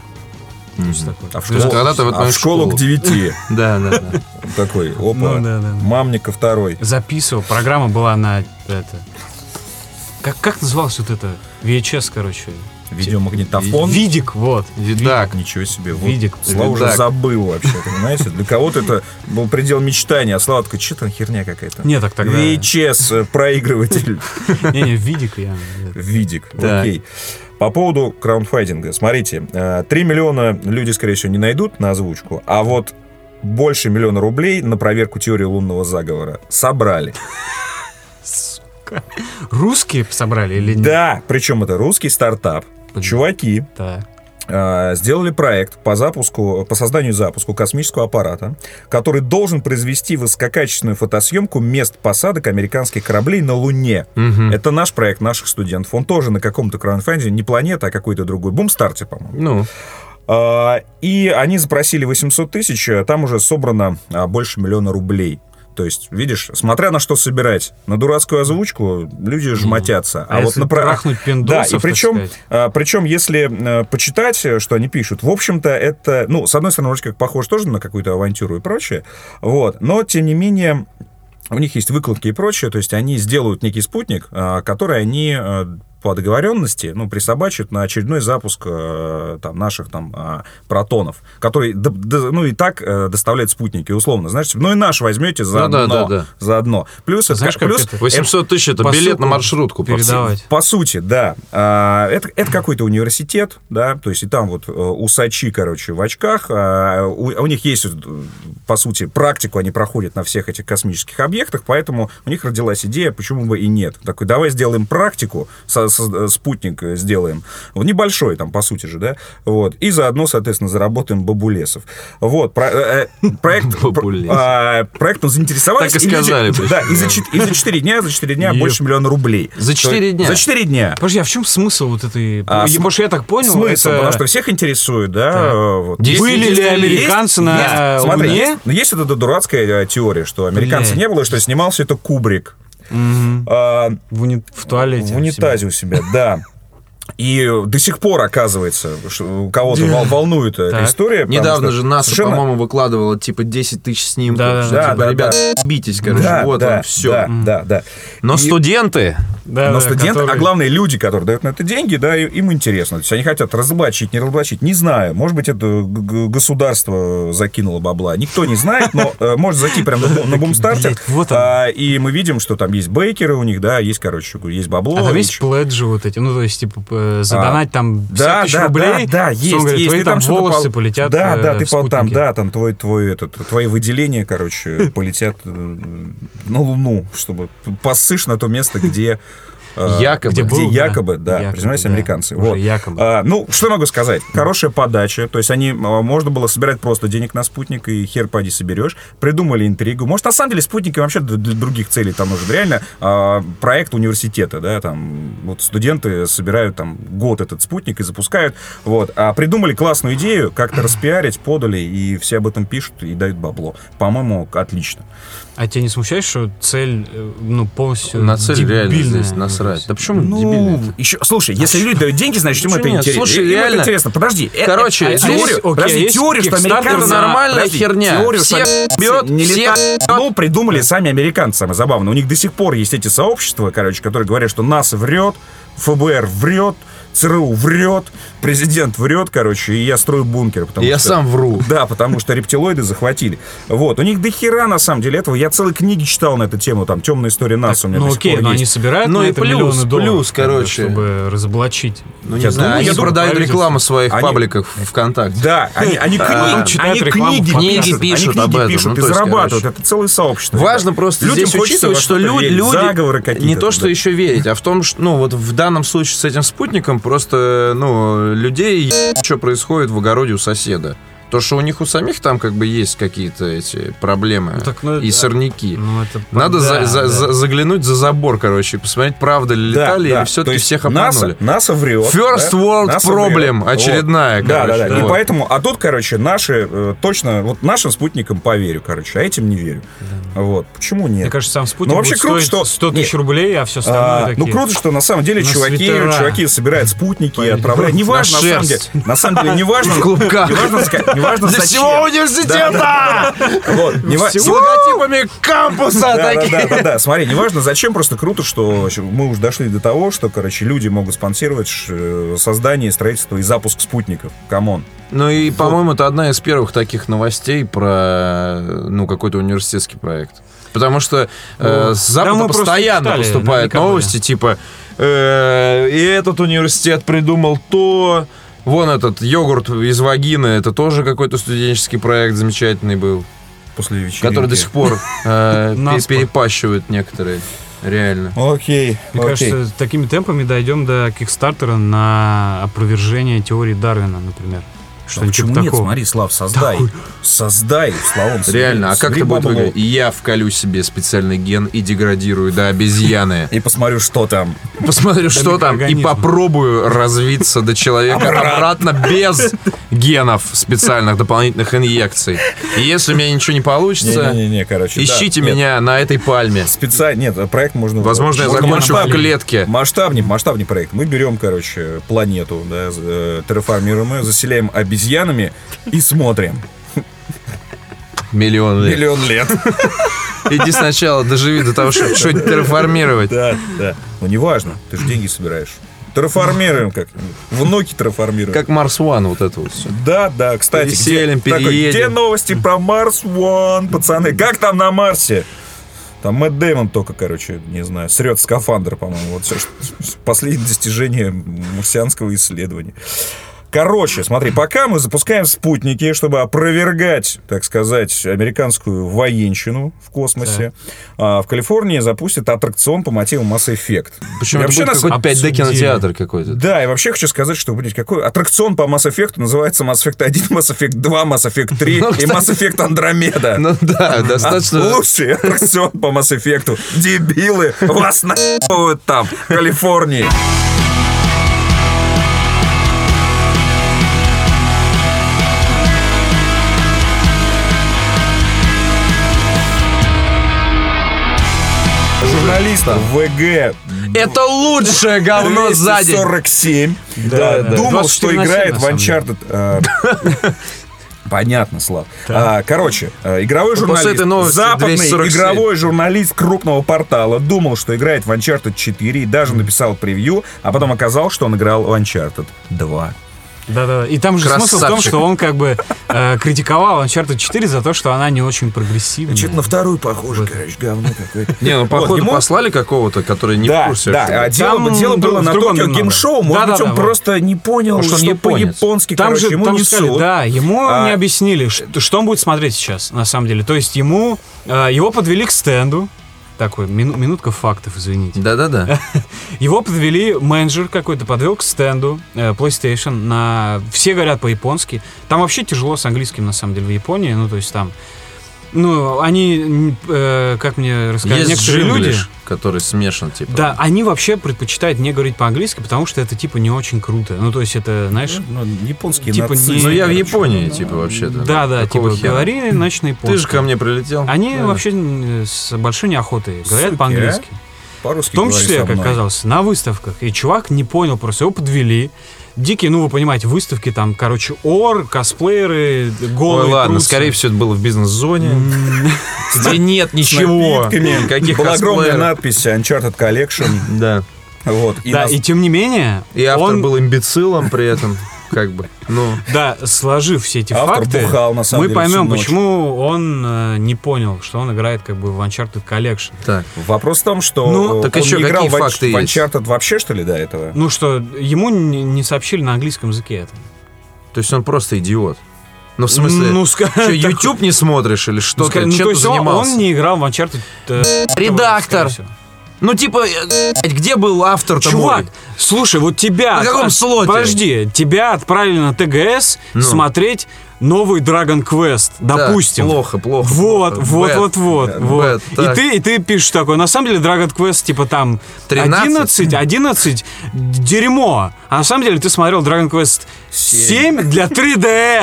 [SPEAKER 1] То есть такой.
[SPEAKER 3] А в
[SPEAKER 4] есть когда-то вот
[SPEAKER 3] а
[SPEAKER 4] надо
[SPEAKER 3] в школу
[SPEAKER 4] школу.
[SPEAKER 3] к девяти.
[SPEAKER 4] Да, да, да.
[SPEAKER 3] Такой, опа,
[SPEAKER 1] Ну да, да.
[SPEAKER 3] мамника второй.
[SPEAKER 1] Записывал. Программа была на это. Как, как называлась вот это? VHS, короче.
[SPEAKER 3] Видеомагнитофон.
[SPEAKER 1] Видик, вот.
[SPEAKER 4] Видак.
[SPEAKER 3] Ничего себе. Вот.
[SPEAKER 1] Видик.
[SPEAKER 3] Слава уже
[SPEAKER 4] Так.
[SPEAKER 3] забыл вообще, понимаете? Для кого-то это был предел мечтания, а Слава такой, что там херня какая-то.
[SPEAKER 1] Не, так тогда.
[SPEAKER 3] VHS э, проигрыватель.
[SPEAKER 1] Не-не, Видик я. это.
[SPEAKER 3] Видик.
[SPEAKER 4] Так.
[SPEAKER 3] Окей. По поводу краундфайдинга. Смотрите, э, 3 миллиона люди, скорее всего, не найдут на озвучку, а вот больше миллиона рублей на проверку теории лунного заговора собрали.
[SPEAKER 1] Русские собрали или нет?
[SPEAKER 3] Да, причем это русский стартап.
[SPEAKER 1] Блин.
[SPEAKER 3] Чуваки
[SPEAKER 1] Да.
[SPEAKER 3] э, сделали проект по запуску, по созданию и запуску космического аппарата, который должен произвести высококачественную фотосъемку мест посадок американских кораблей на Луне.
[SPEAKER 4] Мгм.
[SPEAKER 3] Это наш проект наших студентов. Он тоже на каком-то краунфанде, не планета, а какой-то другой. Бумстарте, по-моему.
[SPEAKER 4] Ну,
[SPEAKER 3] А, И они запросили 800 тысяч, а там уже собрано а, больше миллиона рублей. То есть, видишь, смотря на что собирать, на дурацкую озвучку люди жмотятся.
[SPEAKER 1] А, если
[SPEAKER 3] на про-
[SPEAKER 1] трахнуть
[SPEAKER 3] Да, и
[SPEAKER 1] пиндосов,
[SPEAKER 3] причем,
[SPEAKER 1] так сказать,
[SPEAKER 3] а, причем, если э, почитать, э, что они пишут, в общем-то, это, ну, с одной стороны, вроде как похоже тоже на какую-то авантюру и прочее, вот, но, тем не менее, у них есть выкладки и прочее, то есть они сделают некий спутник, а, который они э, по договоренности, ну, присобачат на очередной запуск э, там, наших там а, протонов, который, д- д- ну, и так э, доставляет спутники, условно, знаешь, типа, ну, и наш возьмете заодно,
[SPEAKER 4] да-да-да.
[SPEAKER 3] заодно. Плюс, это
[SPEAKER 1] Знаешь,
[SPEAKER 3] как-
[SPEAKER 1] как
[SPEAKER 3] плюс
[SPEAKER 1] это
[SPEAKER 4] 800 тысяч это
[SPEAKER 1] посылку
[SPEAKER 4] билет на маршрутку. по всей-
[SPEAKER 1] передавать.
[SPEAKER 3] по сути, да. А, Это, это какой-то университет, да, то есть и там вот э, усачи, короче, в очках. а, У, у них есть, вот, э, по сути, практику они проходят на всех этих космических объектах, поэтому у них родилась идея, почему бы и нет. Такой, давай сделаем практику, со- со- спутник э, сделаем. Вот небольшой там, по сути же, да. Вот. И заодно, соответственно, заработаем бабулесов. Вот. про- э, э, проект,
[SPEAKER 4] Бабулесов.
[SPEAKER 3] а, проектом заинтересовались.
[SPEAKER 4] Так и сказали,
[SPEAKER 3] люди-
[SPEAKER 4] причем,
[SPEAKER 3] Да, и за чет- и за 4 дня, за 4 дня
[SPEAKER 1] Ё.
[SPEAKER 3] больше миллиона рублей.
[SPEAKER 4] За четыре
[SPEAKER 3] То-
[SPEAKER 4] дня?
[SPEAKER 3] За 4 дня.
[SPEAKER 1] Подожди, а в чем смысл вот этой...
[SPEAKER 3] А,
[SPEAKER 1] Я-
[SPEAKER 3] см-
[SPEAKER 1] Может, я так понял?
[SPEAKER 3] Смысл,
[SPEAKER 1] это-
[SPEAKER 3] потому что всех интересует, да?
[SPEAKER 1] Так.
[SPEAKER 3] э, вот.
[SPEAKER 4] Есть-
[SPEAKER 1] Были
[SPEAKER 4] есть-
[SPEAKER 1] ли американцы на
[SPEAKER 3] Есть-
[SPEAKER 1] э,
[SPEAKER 3] смотри,
[SPEAKER 1] Луне?
[SPEAKER 3] есть- ну, есть вот эта дурацкая э, теория, что американцев
[SPEAKER 1] Блядь.
[SPEAKER 3] не было, и что снимался это Кубрик.
[SPEAKER 1] Мгм.
[SPEAKER 3] А,
[SPEAKER 1] В, уни- в туалете.
[SPEAKER 3] в
[SPEAKER 1] у себя.
[SPEAKER 3] унитазе у себя, да. И до сих пор, оказывается, что у кого-то вол- волнует эта
[SPEAKER 1] Так.
[SPEAKER 3] история. потому
[SPEAKER 4] Недавно
[SPEAKER 3] что
[SPEAKER 4] же НАСА,
[SPEAKER 3] совершенно-
[SPEAKER 4] по-моему, выкладывала типа 10 тысяч снимков.
[SPEAKER 1] Да,
[SPEAKER 4] что,
[SPEAKER 3] да,
[SPEAKER 4] типа,
[SPEAKER 3] да,
[SPEAKER 4] ребят, битесь, короче,
[SPEAKER 3] Да,
[SPEAKER 4] вот
[SPEAKER 3] да,
[SPEAKER 4] вам все.
[SPEAKER 3] Да, да, да.
[SPEAKER 4] Но студенты,
[SPEAKER 1] Да,
[SPEAKER 3] Но
[SPEAKER 1] да,
[SPEAKER 3] студенты, а
[SPEAKER 1] Э, который-
[SPEAKER 3] главное, люди, которые дают на это деньги, да, и- им интересно. То есть они хотят разоблачить, не разоблачить. Не знаю. Может быть, это г- г- государство закинуло бабла. Никто не знает, но э, может зайти прямо на бу- на бумстартер.
[SPEAKER 1] блядь, вот оно.
[SPEAKER 3] а, И мы видим, что там есть бейкеры у них, да, есть, короче, есть бабло.
[SPEAKER 1] А там
[SPEAKER 3] и
[SPEAKER 1] есть
[SPEAKER 3] чё-
[SPEAKER 1] пледжи вот эти, ну, то есть, типа, э, задонать там 50
[SPEAKER 3] А, да,
[SPEAKER 1] тысяч
[SPEAKER 3] да,
[SPEAKER 1] рублей,
[SPEAKER 3] да, да,
[SPEAKER 1] потом
[SPEAKER 3] есть,
[SPEAKER 1] говорят,
[SPEAKER 3] есть.
[SPEAKER 1] твои
[SPEAKER 3] Ты
[SPEAKER 1] там
[SPEAKER 3] что-то
[SPEAKER 1] волосы
[SPEAKER 3] пол-
[SPEAKER 1] полетят
[SPEAKER 3] Да,
[SPEAKER 1] э,
[SPEAKER 3] да, ты
[SPEAKER 1] в
[SPEAKER 3] пол- там,
[SPEAKER 1] спутнике.
[SPEAKER 3] да, там твой, твой, этот, твои выделения, короче, полетят э, на Луну, чтобы посышь на то место, где э,
[SPEAKER 4] якобы.
[SPEAKER 1] где
[SPEAKER 3] где
[SPEAKER 1] был, да.
[SPEAKER 3] якобы, да,
[SPEAKER 1] Якобы,
[SPEAKER 3] признались
[SPEAKER 1] да.
[SPEAKER 3] американцы.
[SPEAKER 1] Уже
[SPEAKER 3] Вот.
[SPEAKER 1] якобы.
[SPEAKER 3] А, ну, что могу сказать? Хорошая подача. То есть они, а, можно было собирать просто денег на спутник, и хер поди соберешь. Придумали интригу. Может, на самом деле спутники вообще для для других целей там нужен. Реально а, проект университета, да, там вот студенты собирают там год этот спутник и запускают. Вот. А придумали классную идею, как-то распиарить, подали, и все об этом пишут и дают бабло. По-моему, отлично.
[SPEAKER 1] А тебя не смущает, что цель, э, ну, полностью
[SPEAKER 4] На цель реально
[SPEAKER 1] дебильная?
[SPEAKER 4] здесь насрать. Да почему дебильная?
[SPEAKER 3] Ну, еще, слушай, если люди дают деньги, значит, им
[SPEAKER 4] а Почему
[SPEAKER 3] это
[SPEAKER 4] нет?
[SPEAKER 3] интересно.
[SPEAKER 4] Слушай,
[SPEAKER 3] Им это
[SPEAKER 4] реально.
[SPEAKER 3] интересно. Подожди. э,
[SPEAKER 4] Короче,
[SPEAKER 3] э,
[SPEAKER 4] здесь-
[SPEAKER 3] теорию,
[SPEAKER 1] окей,
[SPEAKER 3] подожди,
[SPEAKER 1] есть
[SPEAKER 3] теорию, что
[SPEAKER 1] Kickstarter
[SPEAKER 3] американцы...
[SPEAKER 1] на-
[SPEAKER 4] Это нормальная херня.
[SPEAKER 3] Теорию,
[SPEAKER 4] Всех
[SPEAKER 3] что
[SPEAKER 4] бьет,
[SPEAKER 3] не
[SPEAKER 4] всех
[SPEAKER 3] летают. Ну, придумали сами американцы, самое забавное. У них до сих пор есть эти сообщества, короче, которые говорят, что НАСА врет, ФБР врет, ЦРУ врет, президент врет, короче, и я строю бункер. потому
[SPEAKER 4] Я
[SPEAKER 3] что-
[SPEAKER 4] сам вру.
[SPEAKER 3] да, потому что рептилоиды захватили. Вот, у них до хера на самом деле этого. Я целые книги читал на эту тему, там темная история НАСА у меня
[SPEAKER 1] Ну
[SPEAKER 3] до сих
[SPEAKER 1] окей,
[SPEAKER 3] пор
[SPEAKER 1] но
[SPEAKER 3] есть.
[SPEAKER 1] они собирают
[SPEAKER 4] Ну
[SPEAKER 1] на
[SPEAKER 4] и
[SPEAKER 1] это
[SPEAKER 4] плюс,
[SPEAKER 1] миллионы долларов,
[SPEAKER 4] плюс,
[SPEAKER 1] как бы,
[SPEAKER 4] короче.
[SPEAKER 1] чтобы разоблачить.
[SPEAKER 4] Ну, не
[SPEAKER 3] Я
[SPEAKER 4] знаю,
[SPEAKER 3] думаю,
[SPEAKER 4] они
[SPEAKER 3] я думаю,
[SPEAKER 4] продают
[SPEAKER 1] правительство.
[SPEAKER 4] рекламу своих
[SPEAKER 3] Они-
[SPEAKER 4] пабликах ВКонтакте.
[SPEAKER 3] Да, они, они книги,
[SPEAKER 1] Потом читают
[SPEAKER 3] они
[SPEAKER 1] рекламу
[SPEAKER 3] книги, пишут,
[SPEAKER 1] в
[SPEAKER 4] подкастах.
[SPEAKER 3] они
[SPEAKER 4] Пишут
[SPEAKER 3] книги
[SPEAKER 4] об этом,
[SPEAKER 3] пишут
[SPEAKER 4] ну,
[SPEAKER 3] и
[SPEAKER 4] то есть,
[SPEAKER 3] зарабатывают.
[SPEAKER 4] короче.
[SPEAKER 3] Это целое сообщество.
[SPEAKER 4] Важно
[SPEAKER 3] ребят.
[SPEAKER 4] просто
[SPEAKER 3] Людям
[SPEAKER 4] здесь
[SPEAKER 3] хочется
[SPEAKER 4] учитывать,
[SPEAKER 3] во
[SPEAKER 4] что
[SPEAKER 3] что-то
[SPEAKER 4] лю-
[SPEAKER 3] верить,
[SPEAKER 4] люди
[SPEAKER 3] заговоры какие-то.
[SPEAKER 4] не то, что
[SPEAKER 3] да.
[SPEAKER 4] еще верить, а в том, что, ну, вот в данном случае с этим спутником просто, ну, людей, что происходит в огороде у соседа. То, что у них у самих там как бы есть какие-то эти проблемы
[SPEAKER 1] Ну, так, ну,
[SPEAKER 4] и
[SPEAKER 1] да.
[SPEAKER 4] сорняки.
[SPEAKER 1] Ну, это-
[SPEAKER 4] Надо за-
[SPEAKER 1] да,
[SPEAKER 4] за-
[SPEAKER 1] да.
[SPEAKER 4] за- заглянуть за забор, короче, и посмотреть, правда ли
[SPEAKER 3] Да,
[SPEAKER 4] летали
[SPEAKER 3] да. То
[SPEAKER 4] или все-таки
[SPEAKER 3] есть
[SPEAKER 4] а всех
[SPEAKER 3] НАСА,
[SPEAKER 4] обманули.
[SPEAKER 3] НАСА врет.
[SPEAKER 4] First
[SPEAKER 3] да?
[SPEAKER 4] world
[SPEAKER 3] НАСА
[SPEAKER 4] problem
[SPEAKER 3] врет.
[SPEAKER 4] очередная,
[SPEAKER 3] Да, да,
[SPEAKER 4] короче,
[SPEAKER 3] да.
[SPEAKER 4] вот.
[SPEAKER 3] И поэтому, а тут, короче, наши э, точно, вот нашим спутникам поверю, короче, а этим не верю. Вот. Почему нет?
[SPEAKER 1] Мне кажется, сам спутник
[SPEAKER 3] Ну, вообще
[SPEAKER 1] будет
[SPEAKER 3] круто,
[SPEAKER 1] стоить
[SPEAKER 3] что-
[SPEAKER 1] 100 тысяч
[SPEAKER 3] не.
[SPEAKER 1] рублей, а
[SPEAKER 3] А,
[SPEAKER 1] все остальное такие.
[SPEAKER 3] ну круто, что на самом деле
[SPEAKER 1] На
[SPEAKER 3] чуваки,
[SPEAKER 1] свитера.
[SPEAKER 3] чуваки собирают спутники и отправляют.
[SPEAKER 1] На
[SPEAKER 3] Неважно, на, самом деле.
[SPEAKER 1] шерсть.
[SPEAKER 3] На самом деле, неважно.
[SPEAKER 4] В клубках.
[SPEAKER 3] Неважно, ска- неважно
[SPEAKER 4] Для
[SPEAKER 3] зачем.
[SPEAKER 4] всего университета!
[SPEAKER 3] Вот, нева-
[SPEAKER 4] С логотипами кампуса
[SPEAKER 3] Да, да, да,
[SPEAKER 4] такие.
[SPEAKER 3] да, да. Смотри, неважно зачем, просто круто, что мы уже дошли до того, что, короче, люди могут спонсировать ш- э, создание, строительство и запуск спутников. Камон.
[SPEAKER 4] Ну и, по-моему, это одна из первых таких новостей про ну какой-то университетский проект. Потому что э, с Запада
[SPEAKER 1] Ну, мы просто
[SPEAKER 4] постоянно
[SPEAKER 1] читали,
[SPEAKER 4] поступают
[SPEAKER 1] наверняка
[SPEAKER 4] новости, типа э, и этот университет придумал то. Вон этот йогурт из вагины, это тоже какой-то студенческий проект замечательный был,
[SPEAKER 3] После вечеринки.
[SPEAKER 4] который до сих пор э, пе-
[SPEAKER 1] Наспор.
[SPEAKER 4] перепащивают некоторые. Реально.
[SPEAKER 3] Окей,
[SPEAKER 1] Мне
[SPEAKER 3] окей.
[SPEAKER 1] кажется, такими темпами дойдем до Кикстартера на опровержение теории Дарвина, например.
[SPEAKER 3] А
[SPEAKER 1] Что-нибудь
[SPEAKER 3] почему
[SPEAKER 1] типа
[SPEAKER 3] нет?
[SPEAKER 1] такого.
[SPEAKER 3] Смотри, Слав, создай. Создай, Славом. собери-
[SPEAKER 4] Реально, а как
[SPEAKER 3] собери
[SPEAKER 4] это будет
[SPEAKER 3] бабло.
[SPEAKER 4] выглядеть? Я вколю себе специальный ген и деградирую до обезьяны.
[SPEAKER 3] И посмотрю, что там.
[SPEAKER 4] Посмотрю, что там, и
[SPEAKER 1] микроорганизмы.
[SPEAKER 4] попробую развиться до человека обратно без генов специальных дополнительных инъекций. И если у меня ничего не получится,
[SPEAKER 3] Не-не-не, короче. да.
[SPEAKER 4] ищите
[SPEAKER 3] Нет,
[SPEAKER 4] меня на этой пальме.
[SPEAKER 3] Специально, нет, проект можно...
[SPEAKER 4] Возможно, я
[SPEAKER 3] можно
[SPEAKER 4] закончу в
[SPEAKER 3] масштабнее.
[SPEAKER 4] клетке.
[SPEAKER 3] Масштабный, масштабный проект. Мы берем, короче, планету, да, э, терраформируем ее, заселяем обезьянами и смотрим.
[SPEAKER 4] Миллион лет.
[SPEAKER 3] Миллион лет.
[SPEAKER 4] Иди сначала доживи до того, чтобы что-нибудь терраформировать.
[SPEAKER 3] Да, да. Ну, неважно, ты же деньги собираешь. Терраформируем как. Внуки терраформируем.
[SPEAKER 4] Как Марс Уан вот это вот все.
[SPEAKER 3] Да, да, кстати,
[SPEAKER 4] Переселим,
[SPEAKER 3] где, такой,
[SPEAKER 4] переедем.
[SPEAKER 3] где новости про Марс One, пацаны? Как там на Марсе? Там Мэтт Дэймон только, короче, не знаю, срет скафандр, по-моему. Вот всё, что- последнее достижение марсианского исследования. Короче, смотри, пока мы запускаем спутники, чтобы опровергать, так сказать, американскую военщину в космосе, а, в Калифорнии запустят аттракцион по мотивам Mass Effect.
[SPEAKER 4] Почему
[SPEAKER 3] И
[SPEAKER 4] это
[SPEAKER 3] вообще
[SPEAKER 4] будет
[SPEAKER 3] нас
[SPEAKER 4] какой-то 5D
[SPEAKER 1] обсудили.
[SPEAKER 4] кинотеатр какой-то?
[SPEAKER 3] да, и вообще хочу сказать, что, блядь, какой аттракцион по Mass Effect называется Mass Effect 1, Mass Effect 2, Mass Effect 3 и
[SPEAKER 4] Ну, кстати.
[SPEAKER 3] Mass Effect Андромеда.
[SPEAKER 4] Ну да, достаточно.
[SPEAKER 3] Лучший аттракцион по Mass Effect. Дебилы, вас нахуют там, в Калифорнии. Журналистов ВГ
[SPEAKER 4] Это лучшее говно сзади.
[SPEAKER 3] 47. Да,
[SPEAKER 1] да.
[SPEAKER 3] думал,
[SPEAKER 1] 24
[SPEAKER 3] что
[SPEAKER 1] на 7,
[SPEAKER 3] играет э,
[SPEAKER 1] на
[SPEAKER 3] в
[SPEAKER 1] самом
[SPEAKER 3] Uncharted. э, Понятно, Слав. А, короче, э, игровой
[SPEAKER 4] Ну, после
[SPEAKER 3] журналист,
[SPEAKER 4] этой новости
[SPEAKER 3] западный
[SPEAKER 4] 247.
[SPEAKER 3] игровой журналист крупного портала думал, что играет в Uncharted 4 и даже написал превью, а потом оказалось, что он играл в Uncharted 2.
[SPEAKER 1] Да-да-да. И там же смысл в том,
[SPEAKER 4] Красавчик.
[SPEAKER 1] что он как бы э, критиковал Uncharted 4 за то, что она не очень прогрессивная.
[SPEAKER 3] Что-то на вторую похоже, короче, говно какое-то.
[SPEAKER 4] Не, ну походу
[SPEAKER 3] ему-
[SPEAKER 4] послали какого-то, который не
[SPEAKER 3] да,
[SPEAKER 4] в курсе.
[SPEAKER 3] да,
[SPEAKER 4] вообще.
[SPEAKER 3] а дело,
[SPEAKER 1] Там
[SPEAKER 3] дело было
[SPEAKER 1] друг-
[SPEAKER 3] на
[SPEAKER 1] другом
[SPEAKER 3] Токио
[SPEAKER 1] надо.
[SPEAKER 3] Геймшоу, может быть,
[SPEAKER 1] Да-да-да,
[SPEAKER 3] он
[SPEAKER 1] вот.
[SPEAKER 3] просто не понял,
[SPEAKER 4] Может, он
[SPEAKER 3] что
[SPEAKER 4] японец.
[SPEAKER 3] по-японски,
[SPEAKER 1] Там
[SPEAKER 3] ну, короче,
[SPEAKER 1] же,
[SPEAKER 3] ему
[SPEAKER 1] там же
[SPEAKER 3] несут.
[SPEAKER 1] сказали, да, ему
[SPEAKER 3] А-
[SPEAKER 1] не объяснили, ш- что, он будет смотреть сейчас, на самом деле. То есть ему, э, его подвели к стенду, такой, мину- минутка фактов, извините.
[SPEAKER 4] Да-да-да.
[SPEAKER 1] Его подвели, менеджер какой-то подвел к стенду э, PlayStation, на... все говорят по-японски. Там вообще тяжело с английским, на самом деле, в Японии, ну, то есть там... Ну, они, э, как мне рассказали,
[SPEAKER 4] Есть
[SPEAKER 1] некоторые люди...
[SPEAKER 4] джинглиш, который смешан, типа.
[SPEAKER 1] Да, они вообще предпочитают не говорить по-английски, потому что это типа не очень круто. Ну, то есть это, знаешь,
[SPEAKER 3] Ну, японские
[SPEAKER 1] Типа
[SPEAKER 3] нацисты,
[SPEAKER 1] не-
[SPEAKER 4] Ну, я в
[SPEAKER 3] короче.
[SPEAKER 4] Японии, типа, вообще-то.
[SPEAKER 1] да, да,
[SPEAKER 4] Какого
[SPEAKER 1] типа
[SPEAKER 4] хера?
[SPEAKER 1] говори ночь на японском.
[SPEAKER 4] Ты же ко мне прилетел.
[SPEAKER 1] Они
[SPEAKER 4] Да. а?
[SPEAKER 1] вообще м, с большой неохотой говорят
[SPEAKER 3] Суки,
[SPEAKER 1] по-английски.
[SPEAKER 3] По-русски
[SPEAKER 1] В том
[SPEAKER 3] говори
[SPEAKER 1] числе,
[SPEAKER 3] со
[SPEAKER 1] как
[SPEAKER 3] мной.
[SPEAKER 1] оказалось, на выставках. И чувак не понял, просто его подвели. Дикие, ну вы понимаете, выставки там, короче, ор, косплееры, голые
[SPEAKER 4] Ой, ладно,
[SPEAKER 1] трусы.
[SPEAKER 4] скорее всего, это было в бизнес-зоне, где нет ничего.
[SPEAKER 3] напитками.
[SPEAKER 4] Никаких
[SPEAKER 3] Была огромная
[SPEAKER 4] косплееров.
[SPEAKER 3] надпись Uncharted Collection.
[SPEAKER 4] Да.
[SPEAKER 3] Вот. И
[SPEAKER 1] Да,
[SPEAKER 3] нас-
[SPEAKER 1] и тем не менее,
[SPEAKER 4] И автор
[SPEAKER 1] он,
[SPEAKER 4] был имбецилом при этом, как бы. Ну,
[SPEAKER 1] да, сложив все эти
[SPEAKER 3] Автор
[SPEAKER 1] факты,
[SPEAKER 3] бухал, на самом
[SPEAKER 1] мы
[SPEAKER 3] деле,
[SPEAKER 1] поймем,
[SPEAKER 3] всю ночь.
[SPEAKER 1] почему он э, не понял, что он играет как бы в Uncharted Collection.
[SPEAKER 4] так.
[SPEAKER 3] Вопрос в том, что
[SPEAKER 1] Ну,
[SPEAKER 3] э,
[SPEAKER 4] так
[SPEAKER 3] он
[SPEAKER 4] еще
[SPEAKER 3] не играл
[SPEAKER 4] какие
[SPEAKER 3] в, Unch-
[SPEAKER 4] факты
[SPEAKER 3] в
[SPEAKER 4] есть?
[SPEAKER 3] Uncharted вообще, что ли, до этого?
[SPEAKER 1] Ну что, ему не, не сообщили на английском языке это.
[SPEAKER 4] То есть он просто идиот. Ну, в смысле,
[SPEAKER 1] Ну, ска-
[SPEAKER 4] что, YouTube не смотришь или
[SPEAKER 1] Ну,
[SPEAKER 4] что-то?
[SPEAKER 1] ска- ну,
[SPEAKER 4] Чем
[SPEAKER 1] то
[SPEAKER 4] ты
[SPEAKER 1] есть он,
[SPEAKER 4] занимался?
[SPEAKER 1] он не играл в Uncharted. э,
[SPEAKER 4] Редактор!
[SPEAKER 1] скорее всего.
[SPEAKER 4] Ну, типа, э, блядь, где был автор-то
[SPEAKER 1] Чувак,
[SPEAKER 4] мой?
[SPEAKER 1] слушай, вот тебя...
[SPEAKER 4] На каком
[SPEAKER 1] а,
[SPEAKER 4] слоте? Ну.
[SPEAKER 1] Подожди, тебя отправили на ТГС смотреть новый Dragon Quest, допустим.
[SPEAKER 4] плохо, плохо,
[SPEAKER 1] Вот,
[SPEAKER 4] плохо.
[SPEAKER 1] вот,
[SPEAKER 4] Bad,
[SPEAKER 1] вот, вот,
[SPEAKER 4] bad,
[SPEAKER 1] вот.
[SPEAKER 4] так.
[SPEAKER 1] И ты, и ты пишешь такое. На самом деле Dragon Quest типа там
[SPEAKER 4] 13?
[SPEAKER 1] 11, 11, дерьмо. А на самом деле ты смотрел Dragon Quest 7 для 3DS.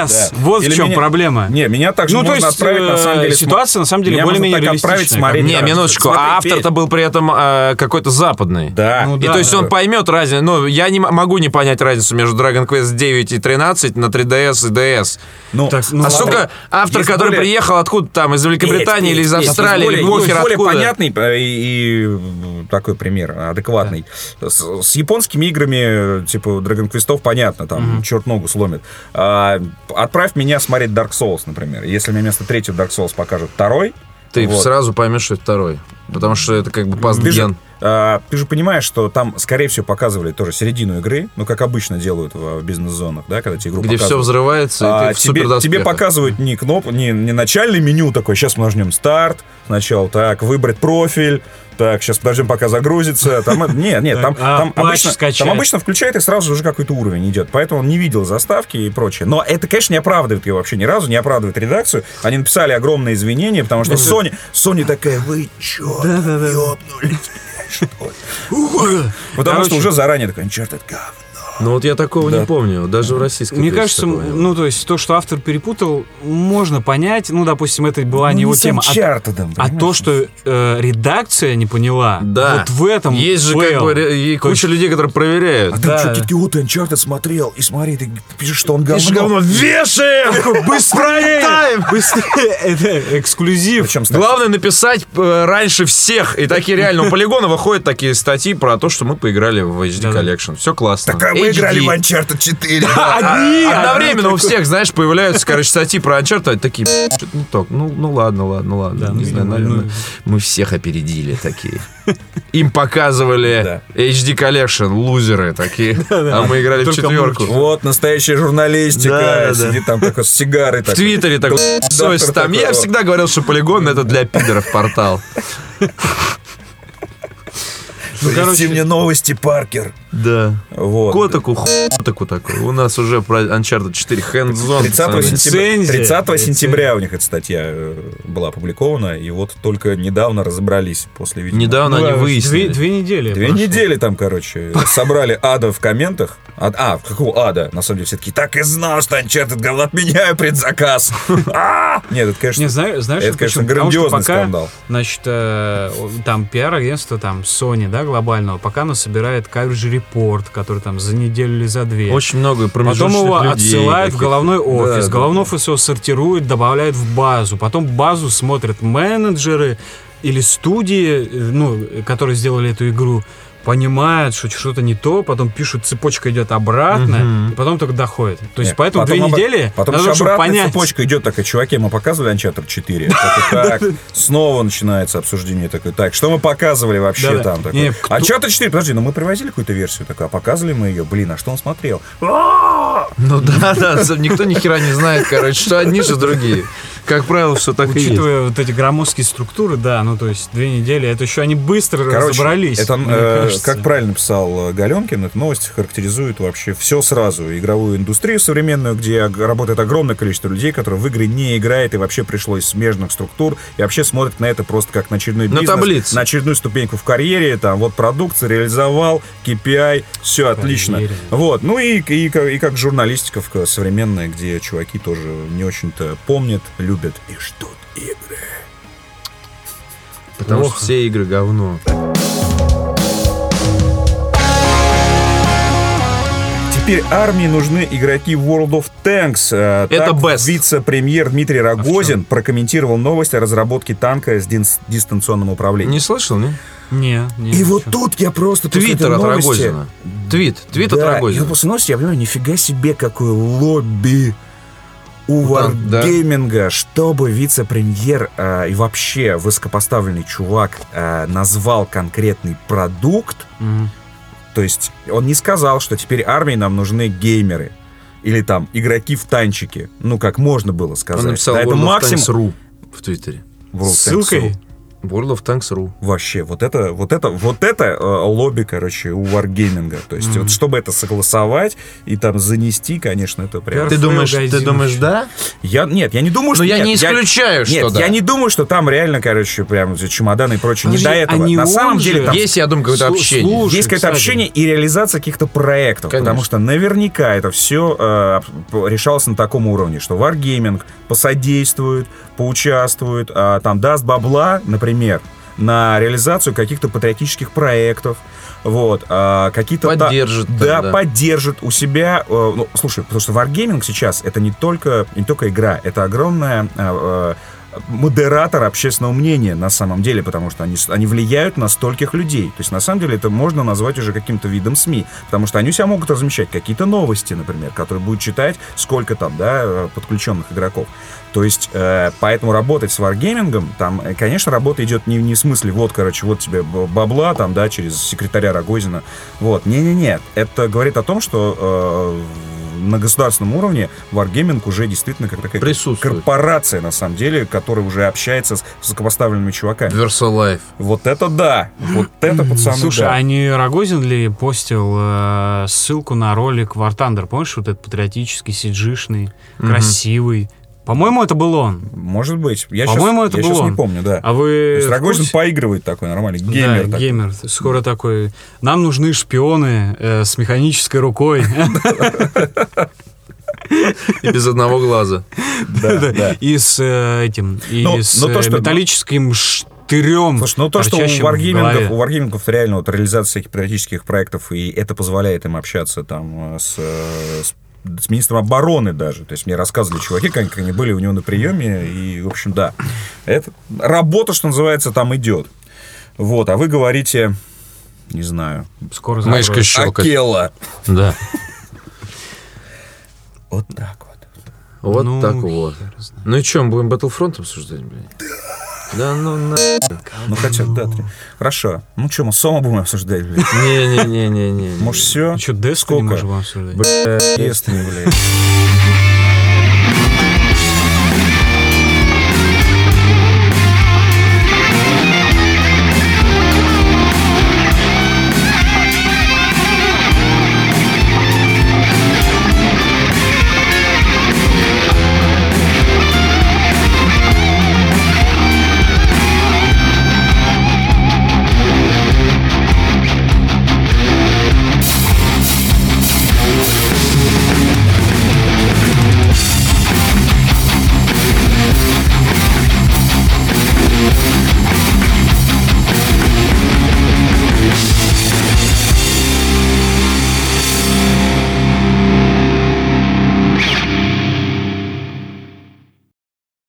[SPEAKER 3] Да.
[SPEAKER 1] Вот
[SPEAKER 3] Или
[SPEAKER 1] в чем
[SPEAKER 3] меня-
[SPEAKER 1] проблема.
[SPEAKER 3] Не, меня также
[SPEAKER 1] Ну, то
[SPEAKER 3] можно
[SPEAKER 1] есть,
[SPEAKER 3] отправить, на самом
[SPEAKER 1] э,
[SPEAKER 3] деле... см-
[SPEAKER 1] ситуация, на самом деле,
[SPEAKER 3] Меня можно
[SPEAKER 1] более-менее
[SPEAKER 3] так отправить
[SPEAKER 1] реалистичная,
[SPEAKER 3] смотреть...
[SPEAKER 4] Не,
[SPEAKER 3] Dragon Quest.
[SPEAKER 4] минуточку,
[SPEAKER 3] Смотри,
[SPEAKER 4] а
[SPEAKER 3] Петь.
[SPEAKER 4] автор-то был при этом э, какой-то западный.
[SPEAKER 3] Да.
[SPEAKER 1] Ну
[SPEAKER 4] И
[SPEAKER 1] да.
[SPEAKER 4] то есть он поймет разницу. Ну, я не м- могу не понять разницу между Dragon Quest 9 и 13 на 3DS и DS.
[SPEAKER 3] Ну,
[SPEAKER 1] Так, ну
[SPEAKER 4] а
[SPEAKER 1] ладно.
[SPEAKER 4] сука, автор,
[SPEAKER 3] Есть
[SPEAKER 4] который
[SPEAKER 3] более-
[SPEAKER 4] приехал откуда там, из Великобритании или из
[SPEAKER 3] Есть, есть,
[SPEAKER 4] Австралии,
[SPEAKER 3] есть
[SPEAKER 4] или
[SPEAKER 3] более,
[SPEAKER 4] похер
[SPEAKER 3] есть более
[SPEAKER 4] откуда.
[SPEAKER 3] понятный э, и, и такой пример, э, адекватный. С, с японскими играми, э, типа, Dragon Quest'ов понятно, там, черт ногу сломит. А, отправь меня смотреть Dark Souls, например. Если мне вместо третьего Dark Souls покажут второй,
[SPEAKER 4] Ты
[SPEAKER 3] вот.
[SPEAKER 4] сразу поймешь, что это второй. Потому что это как бы
[SPEAKER 3] Ты же,
[SPEAKER 4] пастген.
[SPEAKER 3] а, ты же понимаешь, что там, скорее всего, показывали тоже середину игры, ну, как обычно делают в, в бизнес-зонах, да, когда тебе игру
[SPEAKER 4] Где все
[SPEAKER 3] показывают.
[SPEAKER 4] взрывается, и
[SPEAKER 3] А,
[SPEAKER 4] ты в
[SPEAKER 3] тебе,
[SPEAKER 4] супер
[SPEAKER 3] тебе показывают не кноп, не, не начальное меню такое. Сейчас мы нажмем старт, сначала так, выбрать профиль. Так, сейчас подождем, пока загрузится. Там, э, нет, нет, там,
[SPEAKER 1] А,
[SPEAKER 3] там,
[SPEAKER 1] плащ
[SPEAKER 3] обычно,
[SPEAKER 1] скачать.
[SPEAKER 3] там обычно включает и сразу же уже какой-то уровень идет. Поэтому он не видел заставки и прочее. Но это, конечно, не оправдывает его вообще ни разу, не оправдывает редакцию. Они написали огромные извинения, потому что Sony, Sony такая, вы чё, ёбнулись, блядь, что ли?» Потому
[SPEAKER 1] Короче.
[SPEAKER 3] что уже заранее такой, черт, это говно».
[SPEAKER 4] Ну вот я такого не помню, даже в российском.
[SPEAKER 1] Мне кажется, ну, то есть, то, что автор перепутал, можно понять. Ну, допустим, это была
[SPEAKER 3] Ну,
[SPEAKER 1] не его
[SPEAKER 3] с
[SPEAKER 1] тема. А-
[SPEAKER 3] Uncharted,
[SPEAKER 1] А
[SPEAKER 3] понимаешь?
[SPEAKER 1] то, что э, редакция не поняла,
[SPEAKER 4] да.
[SPEAKER 1] вот в этом
[SPEAKER 4] Есть же
[SPEAKER 1] fail.
[SPEAKER 4] как бы ре- и
[SPEAKER 1] То есть-
[SPEAKER 4] куча людей, которые проверяют.
[SPEAKER 3] А
[SPEAKER 1] Да.
[SPEAKER 3] ты что, ты Uncharted смотрел, и смотри, ты пишешь, что он говно.
[SPEAKER 1] Такой, Быстрее! Быстрее! Это эксклюзив.
[SPEAKER 3] Причем, кстати,
[SPEAKER 4] Главное написать э, раньше всех. И такие реально у полигона выходят такие статьи про то, что мы поиграли в HD
[SPEAKER 1] Да-да. а
[SPEAKER 4] Collection. Все классно.
[SPEAKER 3] такая, мы
[SPEAKER 4] HD.
[SPEAKER 3] играли в Uncharted 4.
[SPEAKER 1] Одни!
[SPEAKER 4] А, Одновременно у всех, знаешь, появляются, короче, статьи про Uncharted, такие, «Пф, чё-то не так, ну, ну ладно, ладно, ладно,
[SPEAKER 1] Да,
[SPEAKER 4] не
[SPEAKER 1] ну,
[SPEAKER 4] знаю,
[SPEAKER 1] ну,
[SPEAKER 4] наверное,
[SPEAKER 1] ну.
[SPEAKER 4] мы всех опередили такие. Им показывали HD Collection, лузеры такие, а мы играли в
[SPEAKER 1] Только
[SPEAKER 4] четверку.
[SPEAKER 3] Вот настоящая журналистика. э, Сидит там такой с сигарой.
[SPEAKER 4] В Твиттере такой, сось там,
[SPEAKER 3] такой,
[SPEAKER 4] я
[SPEAKER 3] о.
[SPEAKER 4] всегда говорил, что полигон это для пидоров портал.
[SPEAKER 1] Ну, короче,
[SPEAKER 3] мне новости, Паркер.
[SPEAKER 4] Да.
[SPEAKER 3] Вот.
[SPEAKER 4] Котаку, котаку такой. У нас уже про Uncharted 4 хендзон.
[SPEAKER 3] 30 сентября, 30
[SPEAKER 1] Лицензия. Лицензия.
[SPEAKER 3] сентября у них эта статья э, была опубликована, и вот только недавно разобрались после видео.
[SPEAKER 4] Недавно
[SPEAKER 1] ну,
[SPEAKER 4] они
[SPEAKER 1] две-
[SPEAKER 4] выяснили.
[SPEAKER 1] Две недели.
[SPEAKER 3] Две
[SPEAKER 1] прошло.
[SPEAKER 3] недели там, короче, собрали ада в комментах. А, а, какого ада? На самом деле, все-таки так и знал, что Uncharted говно отменяю предзаказ. А! Нет, это,
[SPEAKER 1] Не,
[SPEAKER 3] конечно,
[SPEAKER 1] знаешь, знаешь,
[SPEAKER 3] Это, конечно,
[SPEAKER 1] почему? Потому что
[SPEAKER 3] грандиозный
[SPEAKER 1] пока,
[SPEAKER 3] скандал.
[SPEAKER 1] Значит, э, там пиар-агентство, там, Sony, да, глобального, пока оно собирает кавридж репорт, который там за неделю или за две.
[SPEAKER 4] Очень много промежуточных
[SPEAKER 1] Потом его
[SPEAKER 4] людей
[SPEAKER 1] отсылают в
[SPEAKER 4] таких.
[SPEAKER 1] головной офис.
[SPEAKER 4] да.
[SPEAKER 1] головной офис его сортирует, добавляет в базу. Потом базу смотрят менеджеры или студии, э, ну, которые сделали эту игру, понимают, что что-то не то, потом пишут, цепочка идет обратно, и потом только доходит. То есть
[SPEAKER 3] Нет,
[SPEAKER 1] поэтому две
[SPEAKER 3] потом оба-
[SPEAKER 1] недели
[SPEAKER 3] Потом
[SPEAKER 1] на то,
[SPEAKER 3] еще
[SPEAKER 1] чтобы
[SPEAKER 3] обратная
[SPEAKER 1] понять.
[SPEAKER 3] цепочка идет такая, чуваки, мы показывали Uncharted 4. Так, так, снова начинается обсуждение такое. Так, что мы показывали вообще
[SPEAKER 1] Да-да.
[SPEAKER 3] там?
[SPEAKER 1] Не,
[SPEAKER 3] такое?
[SPEAKER 1] кто-
[SPEAKER 3] Uncharted 4, подожди, ну мы привозили какую-то версию такую, а показывали мы ее, блин, а что он смотрел?
[SPEAKER 4] Ну да, да, за- никто ни хера не знает, короче, что одни, что другие. Как правило, все так и есть.
[SPEAKER 1] Учитывая вот эти громоздкие структуры, да, ну то есть две недели, это еще они быстро разобрались.
[SPEAKER 3] это,
[SPEAKER 1] мне
[SPEAKER 3] э,
[SPEAKER 1] кажется.
[SPEAKER 3] как правильно писал э, Галенкин, эта новость характеризует вообще все сразу. Игровую индустрию современную, где ог- работает огромное количество людей, которые в игры не играет и вообще пришло из смежных структур, и вообще смотрят на это просто как на очередной
[SPEAKER 4] На
[SPEAKER 3] бизнес,
[SPEAKER 4] таблицы.
[SPEAKER 3] на очередную ступеньку в карьере, там вот продукция, реализовал, KPI, все отлично.
[SPEAKER 1] карьере.
[SPEAKER 3] Вот, ну и, и, как- и как журналистика в- современная, где чуваки тоже не очень-то помнят, любят и ждут игры.
[SPEAKER 4] Потому что
[SPEAKER 1] плохо.
[SPEAKER 4] все игры говно.
[SPEAKER 3] Теперь армии нужны игроки World of Tanks. Э,
[SPEAKER 4] Это
[SPEAKER 3] так
[SPEAKER 4] best. А
[SPEAKER 3] Вице-премьер Дмитрий Рогозин прокомментировал новость о разработке танка с дин- дистанционным управлением.
[SPEAKER 4] Не слышал, не?
[SPEAKER 1] Не, не,
[SPEAKER 3] И вот
[SPEAKER 1] ничего.
[SPEAKER 3] тут я просто после
[SPEAKER 4] Твиттер
[SPEAKER 3] этой
[SPEAKER 4] от
[SPEAKER 3] новости-
[SPEAKER 4] Рогозина. Твит, твит от
[SPEAKER 3] Да, и вот
[SPEAKER 4] Рогозина.
[SPEAKER 3] после новости я понимаю, нифига себе, какое лобби у
[SPEAKER 4] там, да.
[SPEAKER 3] Wargaming, чтобы вице-премьер э, и вообще высокопоставленный чувак э, назвал конкретный продукт,
[SPEAKER 1] Мгм.
[SPEAKER 3] то есть он не сказал, что теперь армии нам нужны геймеры или там игроки в танчики. Ну, как можно было сказать.
[SPEAKER 4] Он написал
[SPEAKER 3] Да, это
[SPEAKER 4] World of
[SPEAKER 3] максимум.
[SPEAKER 4] Tanks.ru в Твиттере.
[SPEAKER 3] World of Tanks.ru.
[SPEAKER 1] Ссылкой?
[SPEAKER 4] World of Tanks.ru.
[SPEAKER 3] Вообще, вот это, вот это, вот это э, лобби, короче, у варгейминга. То есть, вот чтобы это согласовать и там занести, конечно, это прям.
[SPEAKER 1] Ты
[SPEAKER 4] Ты
[SPEAKER 1] Фейл
[SPEAKER 4] думаешь,
[SPEAKER 1] думаешь- ты
[SPEAKER 4] ты
[SPEAKER 1] Гайдинович.
[SPEAKER 4] думаешь,
[SPEAKER 1] думаешь,
[SPEAKER 4] да?
[SPEAKER 3] Я, нет, я не думаю, что...
[SPEAKER 4] я
[SPEAKER 3] нет,
[SPEAKER 4] не исключаю, что
[SPEAKER 3] Нет,
[SPEAKER 4] да.
[SPEAKER 3] я не думаю, что там реально, короче, прям чемоданы и прочее.
[SPEAKER 1] Подожди,
[SPEAKER 3] не до этого.
[SPEAKER 1] а не
[SPEAKER 3] На
[SPEAKER 1] он
[SPEAKER 3] самом
[SPEAKER 1] же?
[SPEAKER 3] деле там
[SPEAKER 4] Есть, я думаю, какое-то
[SPEAKER 1] Слу-
[SPEAKER 4] общение.
[SPEAKER 1] слушай,
[SPEAKER 3] есть какое-то
[SPEAKER 1] кстати.
[SPEAKER 3] общение и реализация каких-то проектов.
[SPEAKER 4] Конечно.
[SPEAKER 3] Потому что наверняка это все решалось на таком уровне, что Wargaming посодействует, поучаствует, а, там даст бабла, например, на реализацию каких-то патриотических проектов, вот, а, какие-то... та-
[SPEAKER 4] Поддержит там,
[SPEAKER 3] Да,
[SPEAKER 4] да.
[SPEAKER 3] поддержит у себя... э, ну, слушай, потому что Wargaming сейчас это не только, не только игра, это огромная э, э, модератор общественного мнения на самом деле, потому что они, с- они влияют на стольких людей. То есть на самом деле это можно назвать уже каким-то видом СМИ, потому что они у себя могут размещать какие-то новости, например, которые будут читать, сколько там, да, э, подключенных игроков. То есть, э, поэтому работать с варгеймингом, там, э, конечно, работа идет не, не в смысле, вот, короче, вот тебе б- бабла, там, да, через секретаря Рогозина. Вот, не-не-не, это говорит о том, что э, на государственном уровне варгейминг уже действительно как такая
[SPEAKER 4] Присутствует.
[SPEAKER 3] корпорация, на самом деле, которая уже общается с высокопоставленными чуваками.
[SPEAKER 4] Versalife.
[SPEAKER 3] Вот это да! Вот это, пацаны,
[SPEAKER 1] Слушай,
[SPEAKER 3] да.
[SPEAKER 1] а не Рогозин ли постил э, ссылку на ролик War Thunder? Помнишь, вот этот патриотический, сиджишный, красивый? По-моему, это был он.
[SPEAKER 3] Может быть. Я
[SPEAKER 1] По-моему,
[SPEAKER 3] щас-
[SPEAKER 1] это
[SPEAKER 3] я
[SPEAKER 1] был
[SPEAKER 3] щас не
[SPEAKER 1] он.
[SPEAKER 3] помню, да.
[SPEAKER 1] А
[SPEAKER 3] То
[SPEAKER 1] вы...
[SPEAKER 3] есть
[SPEAKER 1] в
[SPEAKER 3] Рогозин
[SPEAKER 1] курсе?
[SPEAKER 3] поигрывает такой нормальный,
[SPEAKER 1] Да,
[SPEAKER 3] геймер такой.
[SPEAKER 1] геймер. Скоро такой. Нам нужны шпионы э, с механической рукой.
[SPEAKER 4] И без одного глаза.
[SPEAKER 3] Да, да.
[SPEAKER 1] И с э, этим.
[SPEAKER 3] Ну,
[SPEAKER 1] И с
[SPEAKER 3] ну, то,
[SPEAKER 1] э,
[SPEAKER 3] что-
[SPEAKER 1] металлическим штырем.
[SPEAKER 3] Слушай, ну то, что у
[SPEAKER 1] торчащим А в
[SPEAKER 3] варгеймингов,
[SPEAKER 1] голове.
[SPEAKER 3] у варгеймингов реально вот реализация всяких патриотических проектов, и это позволяет им общаться там э, с, э, с с министром обороны даже. То есть мне рассказывали чуваки, как как они были у него на приеме, и, в общем, да. Это работа, что называется, там идет. Вот, а вы говорите, не знаю,
[SPEAKER 1] Скоро
[SPEAKER 4] Мышкой
[SPEAKER 1] закроют.
[SPEAKER 4] щелкать.
[SPEAKER 3] Акела.
[SPEAKER 4] Да.
[SPEAKER 3] Вот так вот.
[SPEAKER 4] Вот
[SPEAKER 1] Ну,
[SPEAKER 4] так вот. Ну и что, мы будем Battlefront обсуждать, блин? Да ну на...
[SPEAKER 3] Ну, хотя, да, три- хорошо. Ну, что, мы Сома будем обсуждать, блин?
[SPEAKER 4] Не-не-не-не-не.
[SPEAKER 3] Может, все?
[SPEAKER 1] Ну что, деску не
[SPEAKER 3] Сколько?
[SPEAKER 1] можем обсуждать?
[SPEAKER 3] Если, блин.